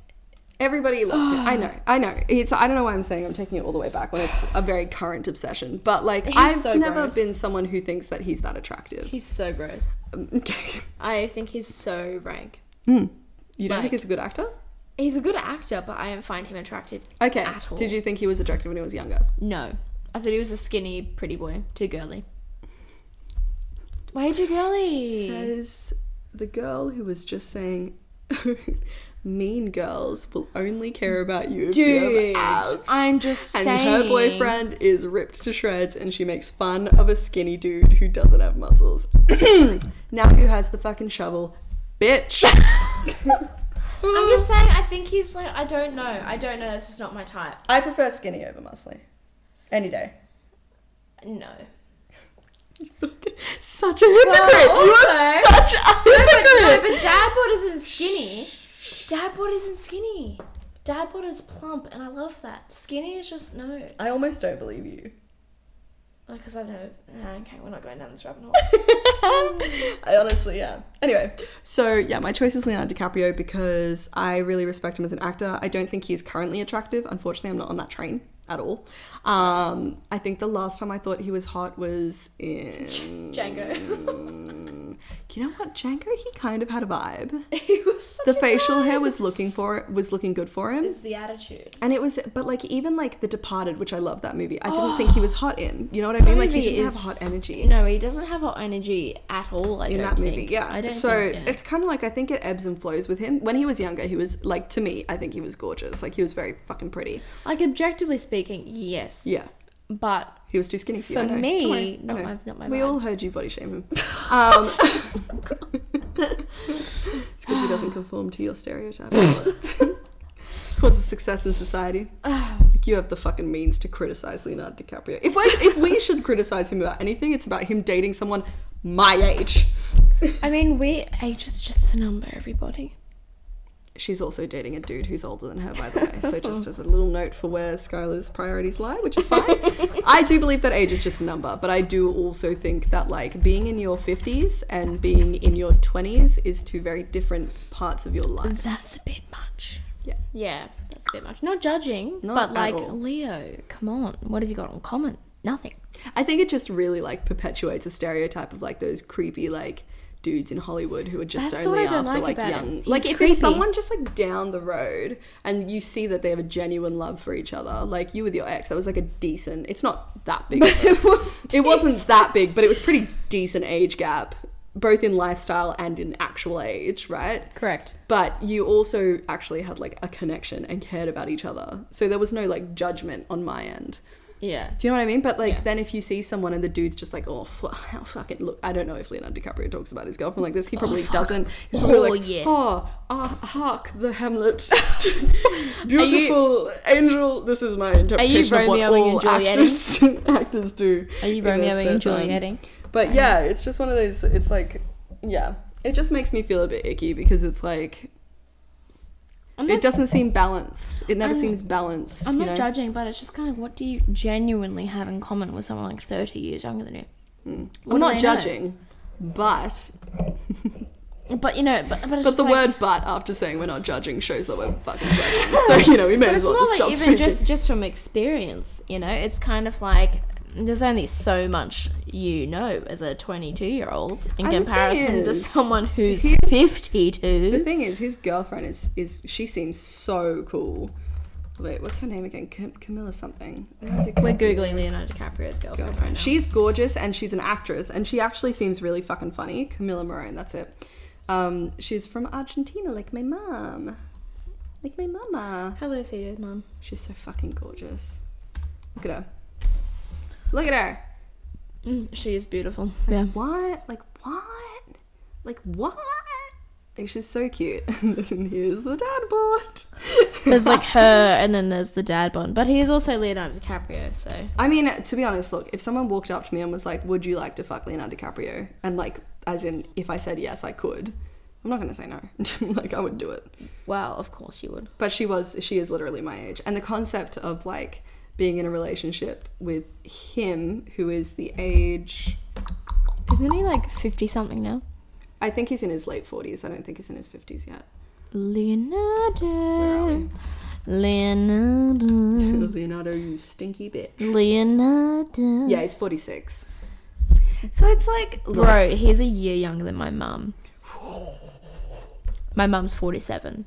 [SPEAKER 1] Everybody loves him. I know. I know. It's. I don't know why I'm saying I'm taking it all the way back when it's a very current obsession. But like,
[SPEAKER 2] He's
[SPEAKER 1] I've
[SPEAKER 2] so
[SPEAKER 1] never
[SPEAKER 2] gross.
[SPEAKER 1] been someone who thinks that he's that attractive.
[SPEAKER 2] he's so gross.
[SPEAKER 1] Um, okay.
[SPEAKER 2] I think he's so rank.
[SPEAKER 1] You don't think
[SPEAKER 2] Like-
[SPEAKER 1] he's a good actor?
[SPEAKER 2] He's a good actor, but I don't find him attractive.
[SPEAKER 1] Okay.
[SPEAKER 2] At all.
[SPEAKER 1] Did you think he was attractive when he was younger?
[SPEAKER 2] No. I thought he was a skinny, pretty boy. Too girly. Way too girly.
[SPEAKER 1] Says the girl who was just saying, "Mean girls will only care about you if you
[SPEAKER 2] Dude,
[SPEAKER 1] have abs."
[SPEAKER 2] I'm just
[SPEAKER 1] and
[SPEAKER 2] saying.
[SPEAKER 1] her boyfriend is ripped to shreds, and she makes fun of a skinny dude who doesn't have muscles. now who has the fucking shovel, bitch?
[SPEAKER 2] I'm just saying. I think he's like. I don't know. I don't know. That's just not my type.
[SPEAKER 1] I prefer skinny over muscly, any day.
[SPEAKER 2] No.
[SPEAKER 1] Such a hypocrite! you are
[SPEAKER 2] also-
[SPEAKER 1] such a
[SPEAKER 2] But no,
[SPEAKER 1] hypocrite.
[SPEAKER 2] but dad bod isn't skinny. Dad bod isn't skinny. Dad bod is plump, and I love that. Skinny is just no.
[SPEAKER 1] I almost don't believe you.
[SPEAKER 2] Like, cause I know. Nah, okay, we're not going down this rabbit hole.
[SPEAKER 1] I honestly, yeah. Anyway, so yeah, my choice is Leonardo DiCaprio because I really respect him as an actor. I don't think he is currently attractive. Unfortunately, I'm not on that train at all. Um, I think the last time I thought he was hot was in
[SPEAKER 2] Django.
[SPEAKER 1] Django. you know what, Django? He kind of had a vibe.
[SPEAKER 2] He was such
[SPEAKER 1] The
[SPEAKER 2] a
[SPEAKER 1] facial hair
[SPEAKER 2] vibe.
[SPEAKER 1] was looking for it was looking good for him.
[SPEAKER 2] It's the attitude.
[SPEAKER 1] And it was, but like even like The Departed, which I love that movie. I didn't think he was hot in. You know what I mean? Like he
[SPEAKER 2] movie
[SPEAKER 1] didn't have
[SPEAKER 2] is-
[SPEAKER 1] hot energy.
[SPEAKER 2] No, he doesn't have hot energy at all. I
[SPEAKER 1] in
[SPEAKER 2] don't
[SPEAKER 1] that
[SPEAKER 2] think.
[SPEAKER 1] movie. Yeah.
[SPEAKER 2] I don't.
[SPEAKER 1] so
[SPEAKER 2] think, yeah.
[SPEAKER 1] it's kind of like I think it ebbs and flows with him. When he was younger, he was like to me, I think he was gorgeous. Like he was very fucking pretty.
[SPEAKER 2] like objectively speaking, yes.
[SPEAKER 1] Yeah.
[SPEAKER 2] But
[SPEAKER 1] He was too skinny for you.
[SPEAKER 2] For
[SPEAKER 1] I know. Don't
[SPEAKER 2] me,
[SPEAKER 1] worry, I
[SPEAKER 2] not
[SPEAKER 1] know.
[SPEAKER 2] my- not my
[SPEAKER 1] We
[SPEAKER 2] vibe.
[SPEAKER 1] all heard you body shame him. Um, it's because he doesn't conform to your stereotype. Causes success in society. Like you have the fucking means to criticize Leonardo DiCaprio. If we if we should criticize him about anything, it's about him dating someone my age.
[SPEAKER 2] I mean, we age is just a number, everybody.
[SPEAKER 1] She's also dating a dude who's older than her, by the way. So just as a little note for where Skylar's priorities lie, which is fine. I do believe that age is just a number, but I do also think that like being in your fifties and being in your twenties is two very different parts of your life.
[SPEAKER 2] That's a bit much.
[SPEAKER 1] Yeah.
[SPEAKER 2] Yeah, that's a bit much. Not judging,
[SPEAKER 1] Not
[SPEAKER 2] but
[SPEAKER 1] at
[SPEAKER 2] like
[SPEAKER 1] all.
[SPEAKER 2] Leo, come on. What have you got in common? Nothing.
[SPEAKER 1] I think it just really like perpetuates a stereotype of like those creepy like dudes in Hollywood who are just
[SPEAKER 2] That's
[SPEAKER 1] only
[SPEAKER 2] what I don't
[SPEAKER 1] after
[SPEAKER 2] like
[SPEAKER 1] like
[SPEAKER 2] about him.
[SPEAKER 1] young.
[SPEAKER 2] He's
[SPEAKER 1] Like if
[SPEAKER 2] creepy.
[SPEAKER 1] it's someone just like down the road and you see that they have a genuine love for each other, like you with your ex, that was like a decent. It's not that big. of a-
[SPEAKER 2] it was
[SPEAKER 1] it wasn't that big, but it was pretty decent age gap, both in lifestyle and in actual age, right?
[SPEAKER 2] correct.
[SPEAKER 1] But you also actually had like a connection and cared about each other, so there was no like judgment on my end.
[SPEAKER 2] Yeah.
[SPEAKER 1] Do you know what I mean? But like,
[SPEAKER 2] Yeah.
[SPEAKER 1] then if you see someone and the dude's just like, oh, f- how fucking look. I don't know if Leonardo DiCaprio talks about his girlfriend like this. He probably
[SPEAKER 2] Oh, fuck.
[SPEAKER 1] doesn't. He's probably
[SPEAKER 2] Oh,
[SPEAKER 1] like,
[SPEAKER 2] yeah.
[SPEAKER 1] oh, ah, hark the Hamlet, beautiful angel. This is my interpretation of what
[SPEAKER 2] Romeoing and
[SPEAKER 1] all
[SPEAKER 2] Julieting?
[SPEAKER 1] actors, actors do.
[SPEAKER 2] Are you
[SPEAKER 1] in their
[SPEAKER 2] Romeoing and
[SPEAKER 1] spare time.
[SPEAKER 2] Julieting?
[SPEAKER 1] But yeah, it's just one of those. It's like, yeah, it just makes me feel a bit icky because it's like.
[SPEAKER 2] I'm
[SPEAKER 1] it
[SPEAKER 2] not,
[SPEAKER 1] doesn't seem balanced. It never
[SPEAKER 2] I'm-
[SPEAKER 1] seems balanced.
[SPEAKER 2] I'm
[SPEAKER 1] you
[SPEAKER 2] not
[SPEAKER 1] know?
[SPEAKER 2] judging, but it's just kind of what do you genuinely have in common with someone like 30 years younger than you? What
[SPEAKER 1] I'm
[SPEAKER 2] do
[SPEAKER 1] not
[SPEAKER 2] they know?
[SPEAKER 1] judging, but
[SPEAKER 2] But you know, but, but it's
[SPEAKER 1] But
[SPEAKER 2] just
[SPEAKER 1] the
[SPEAKER 2] like,
[SPEAKER 1] word "but" after saying we're not judging shows that we're fucking judging. So you know we may
[SPEAKER 2] But
[SPEAKER 1] as
[SPEAKER 2] it's
[SPEAKER 1] well
[SPEAKER 2] more
[SPEAKER 1] just
[SPEAKER 2] like
[SPEAKER 1] stop
[SPEAKER 2] even
[SPEAKER 1] speaking.
[SPEAKER 2] just just from experience, you know, it's kind of like there's only so much you know as a 22 year old in
[SPEAKER 1] And the thing
[SPEAKER 2] comparison to
[SPEAKER 1] is,
[SPEAKER 2] someone who's
[SPEAKER 1] he's- The
[SPEAKER 2] 52.
[SPEAKER 1] thing is, his girlfriend is is she seems so cool. Wait, what's her name again? Cam- Camilla something.
[SPEAKER 2] We're googling Leonardo DiCaprio's girlfriend right now.
[SPEAKER 1] She's gorgeous and she's an actress and she actually seems really fucking funny. Camilla Morone, that's it. Um, she's from Argentina, like my mom, like my mama.
[SPEAKER 2] Hello, CJ's mom.
[SPEAKER 1] She's so fucking gorgeous. Look at her. Look at her.
[SPEAKER 2] Mm, she is beautiful. Yeah.
[SPEAKER 1] What? Like what? Like what? Like, she's so cute. and here's the dad board.
[SPEAKER 2] There's like her, and then there's the dad bond, but he is also Leonardo DiCaprio. So
[SPEAKER 1] I mean, to be honest, look, if someone walked up to me and was like, "Would you like to fuck Leonardo DiCaprio?" and like, as in, if I said yes, I could. I'm not gonna say no. like, I would do it.
[SPEAKER 2] well, of course you would.
[SPEAKER 1] But she was, she is literally my age, and the concept of like being in a relationship with him, who is the age.
[SPEAKER 2] Isn't he like 50 something now?
[SPEAKER 1] I think he's in his late 40s. I don't think he's in his 50s yet. Where are
[SPEAKER 2] Leonardo.
[SPEAKER 1] we?
[SPEAKER 2] Leonardo.
[SPEAKER 1] Leonardo, you stinky bitch.
[SPEAKER 2] Leonardo.
[SPEAKER 1] Yeah, he's 46. So it's like, look,
[SPEAKER 2] Bro, he's a year younger than my mum. My mum's 47.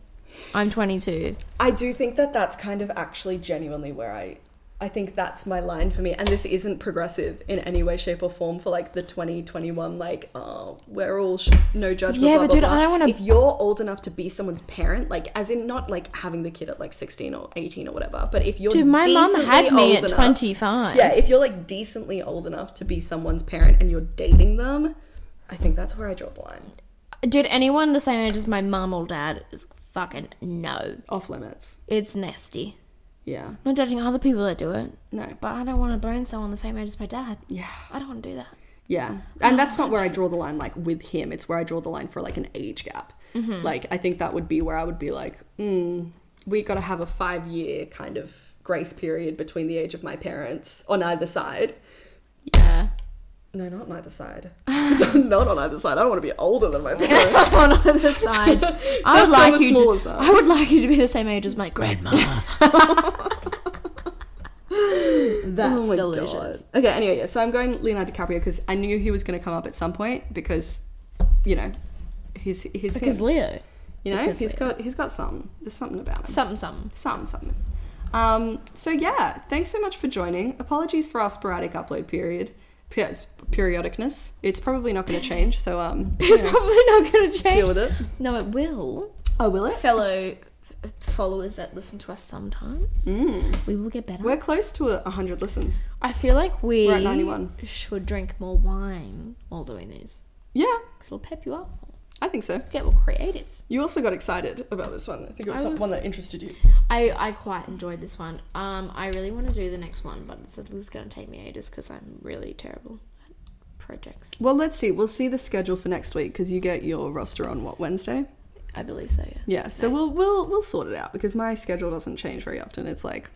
[SPEAKER 2] I'm 22.
[SPEAKER 1] I do think that that's kind of actually genuinely where I, I think that's my line for me. And this isn't progressive in any way, shape, or form for like the 2021, like, oh, we're all sh- no judgment.
[SPEAKER 2] Yeah,
[SPEAKER 1] blah,
[SPEAKER 2] but
[SPEAKER 1] blah,
[SPEAKER 2] dude,
[SPEAKER 1] blah.
[SPEAKER 2] I don't wanna-
[SPEAKER 1] If you're old enough to be someone's parent, like, as in not like having the kid at like 16 or 18 or whatever, but if you're
[SPEAKER 2] Dude, my mum
[SPEAKER 1] decently
[SPEAKER 2] had
[SPEAKER 1] old
[SPEAKER 2] me at
[SPEAKER 1] enough-
[SPEAKER 2] 25.
[SPEAKER 1] Yeah, if you're like decently old enough to be someone's parent and you're dating them, I think that's where I draw the line.
[SPEAKER 2] Dude, anyone the same age as my mum or dad is fucking no.
[SPEAKER 1] Off limits.
[SPEAKER 2] It's nasty.
[SPEAKER 1] Yeah.
[SPEAKER 2] I'm not judging other people that do it,
[SPEAKER 1] No.
[SPEAKER 2] but I don't want to burn someone the same age as my dad.
[SPEAKER 1] Yeah.
[SPEAKER 2] I don't want to do that.
[SPEAKER 1] Yeah.
[SPEAKER 2] Oh,
[SPEAKER 1] And that's not where I draw the line, like with him. It's where I draw the line for like an age gap.
[SPEAKER 2] Mm-hmm.
[SPEAKER 1] Like, I think that would be where I would be like, mm, we got to have a five year kind of grace period between the age of my parents on either side.
[SPEAKER 2] Yeah.
[SPEAKER 1] No, not on either side. not on either side. I don't want to be older than my parents.
[SPEAKER 2] on either side. I would
[SPEAKER 1] Just on
[SPEAKER 2] like
[SPEAKER 1] the
[SPEAKER 2] you
[SPEAKER 1] smaller
[SPEAKER 2] to,
[SPEAKER 1] side.
[SPEAKER 2] I would like you to be the same age as my grandma. That's
[SPEAKER 1] Oh my
[SPEAKER 2] delicious.
[SPEAKER 1] God. Okay, anyway, yeah, so I'm going Leonardo DiCaprio because I knew he was going to come up at some point because you know, he's he's
[SPEAKER 2] Because
[SPEAKER 1] good,
[SPEAKER 2] Leo.
[SPEAKER 1] you know
[SPEAKER 2] because
[SPEAKER 1] he's
[SPEAKER 2] Leo.
[SPEAKER 1] got he's got something. There's something about him.
[SPEAKER 2] Something, something.
[SPEAKER 1] Something, something. Um, so yeah, thanks so much for joining. Apologies for our sporadic upload period, pe- periodicness. It's probably not going to change, so um, you
[SPEAKER 2] It's
[SPEAKER 1] know,
[SPEAKER 2] probably not going to change.
[SPEAKER 1] deal with it.
[SPEAKER 2] No, it will.
[SPEAKER 1] Oh, will it?
[SPEAKER 2] Fellow f- followers that listen to us sometimes,
[SPEAKER 1] Mm.
[SPEAKER 2] we will get better.
[SPEAKER 1] We're close to a hundred listens.
[SPEAKER 2] I feel like we
[SPEAKER 1] We're at 91.
[SPEAKER 2] should drink more wine while doing these.
[SPEAKER 1] Yeah,
[SPEAKER 2] 'Cause It'll pep you up.
[SPEAKER 1] I think so.
[SPEAKER 2] Get more creative.
[SPEAKER 1] You also got excited about this one. I think it was,
[SPEAKER 2] I
[SPEAKER 1] some
[SPEAKER 2] was-
[SPEAKER 1] one that interested you.
[SPEAKER 2] I, I quite enjoyed this one. Um, I really want to do the next one, but it's, it's going to take me ages because I'm really terrible at projects.
[SPEAKER 1] Well, let's see. We'll see the schedule for next week because you get your roster on what Wednesday.
[SPEAKER 2] I believe so. Yeah.
[SPEAKER 1] Yeah, so we'll we'll we'll sort it out because my schedule doesn't change very often. It's like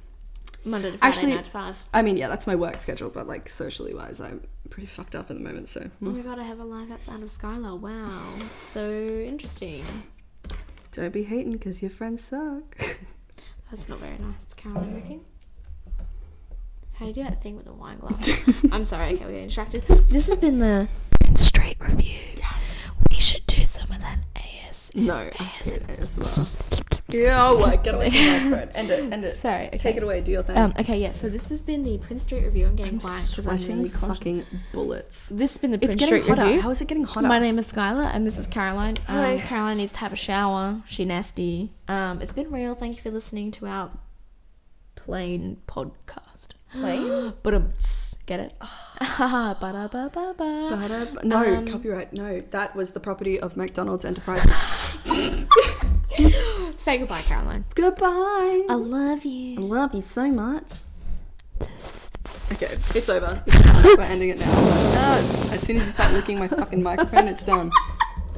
[SPEAKER 2] Monday to Friday,
[SPEAKER 1] Actually-
[SPEAKER 2] nine to five.
[SPEAKER 1] I mean, yeah, that's my work schedule, but like socially wise, I'm pretty fucked up at the moment. So
[SPEAKER 2] Oh my god, I have a life outside of Skylar. Wow, so interesting.
[SPEAKER 1] don't be hating because your friends suck.
[SPEAKER 2] That's not very nice, Caroline Ricking. How do you do that thing with the wine glass? I'm sorry, okay, we're getting distracted. This has been the Straight Review. We should do some of that AS.
[SPEAKER 1] no, I hate it as well. Yeah, what? Get away from my phone. End it. End it.
[SPEAKER 2] Sorry, okay.
[SPEAKER 1] Take it away. Do your thing.
[SPEAKER 2] Um, okay, yeah, so this has been the Prince Street Review. I'm getting
[SPEAKER 1] I'm
[SPEAKER 2] quiet because I'm
[SPEAKER 1] sweating
[SPEAKER 2] really conscious.
[SPEAKER 1] fucking bullets.
[SPEAKER 2] This has been the
[SPEAKER 1] It's
[SPEAKER 2] Prince
[SPEAKER 1] getting
[SPEAKER 2] Street
[SPEAKER 1] hotter.
[SPEAKER 2] Review.
[SPEAKER 1] How is it getting hotter?
[SPEAKER 2] My name is Skylar, and this is Caroline.
[SPEAKER 1] Hi.
[SPEAKER 2] Um, Caroline needs to have a shower. She nasty. Um, it's been real. Thank you for listening to our plain podcast.
[SPEAKER 1] Plain?
[SPEAKER 2] but um, get it. Oh. Ba-da-ba-ba-ba.
[SPEAKER 1] But, uh, no,
[SPEAKER 2] Um,
[SPEAKER 1] copyright. No, that was the property of McDonald's Enterprises.
[SPEAKER 2] Say goodbye, Caroline.
[SPEAKER 1] Goodbye.
[SPEAKER 2] I love you.
[SPEAKER 1] love you so much. Uh, Okay, it's over. We're ending it now. As soon as you start licking my fucking microphone, it's done.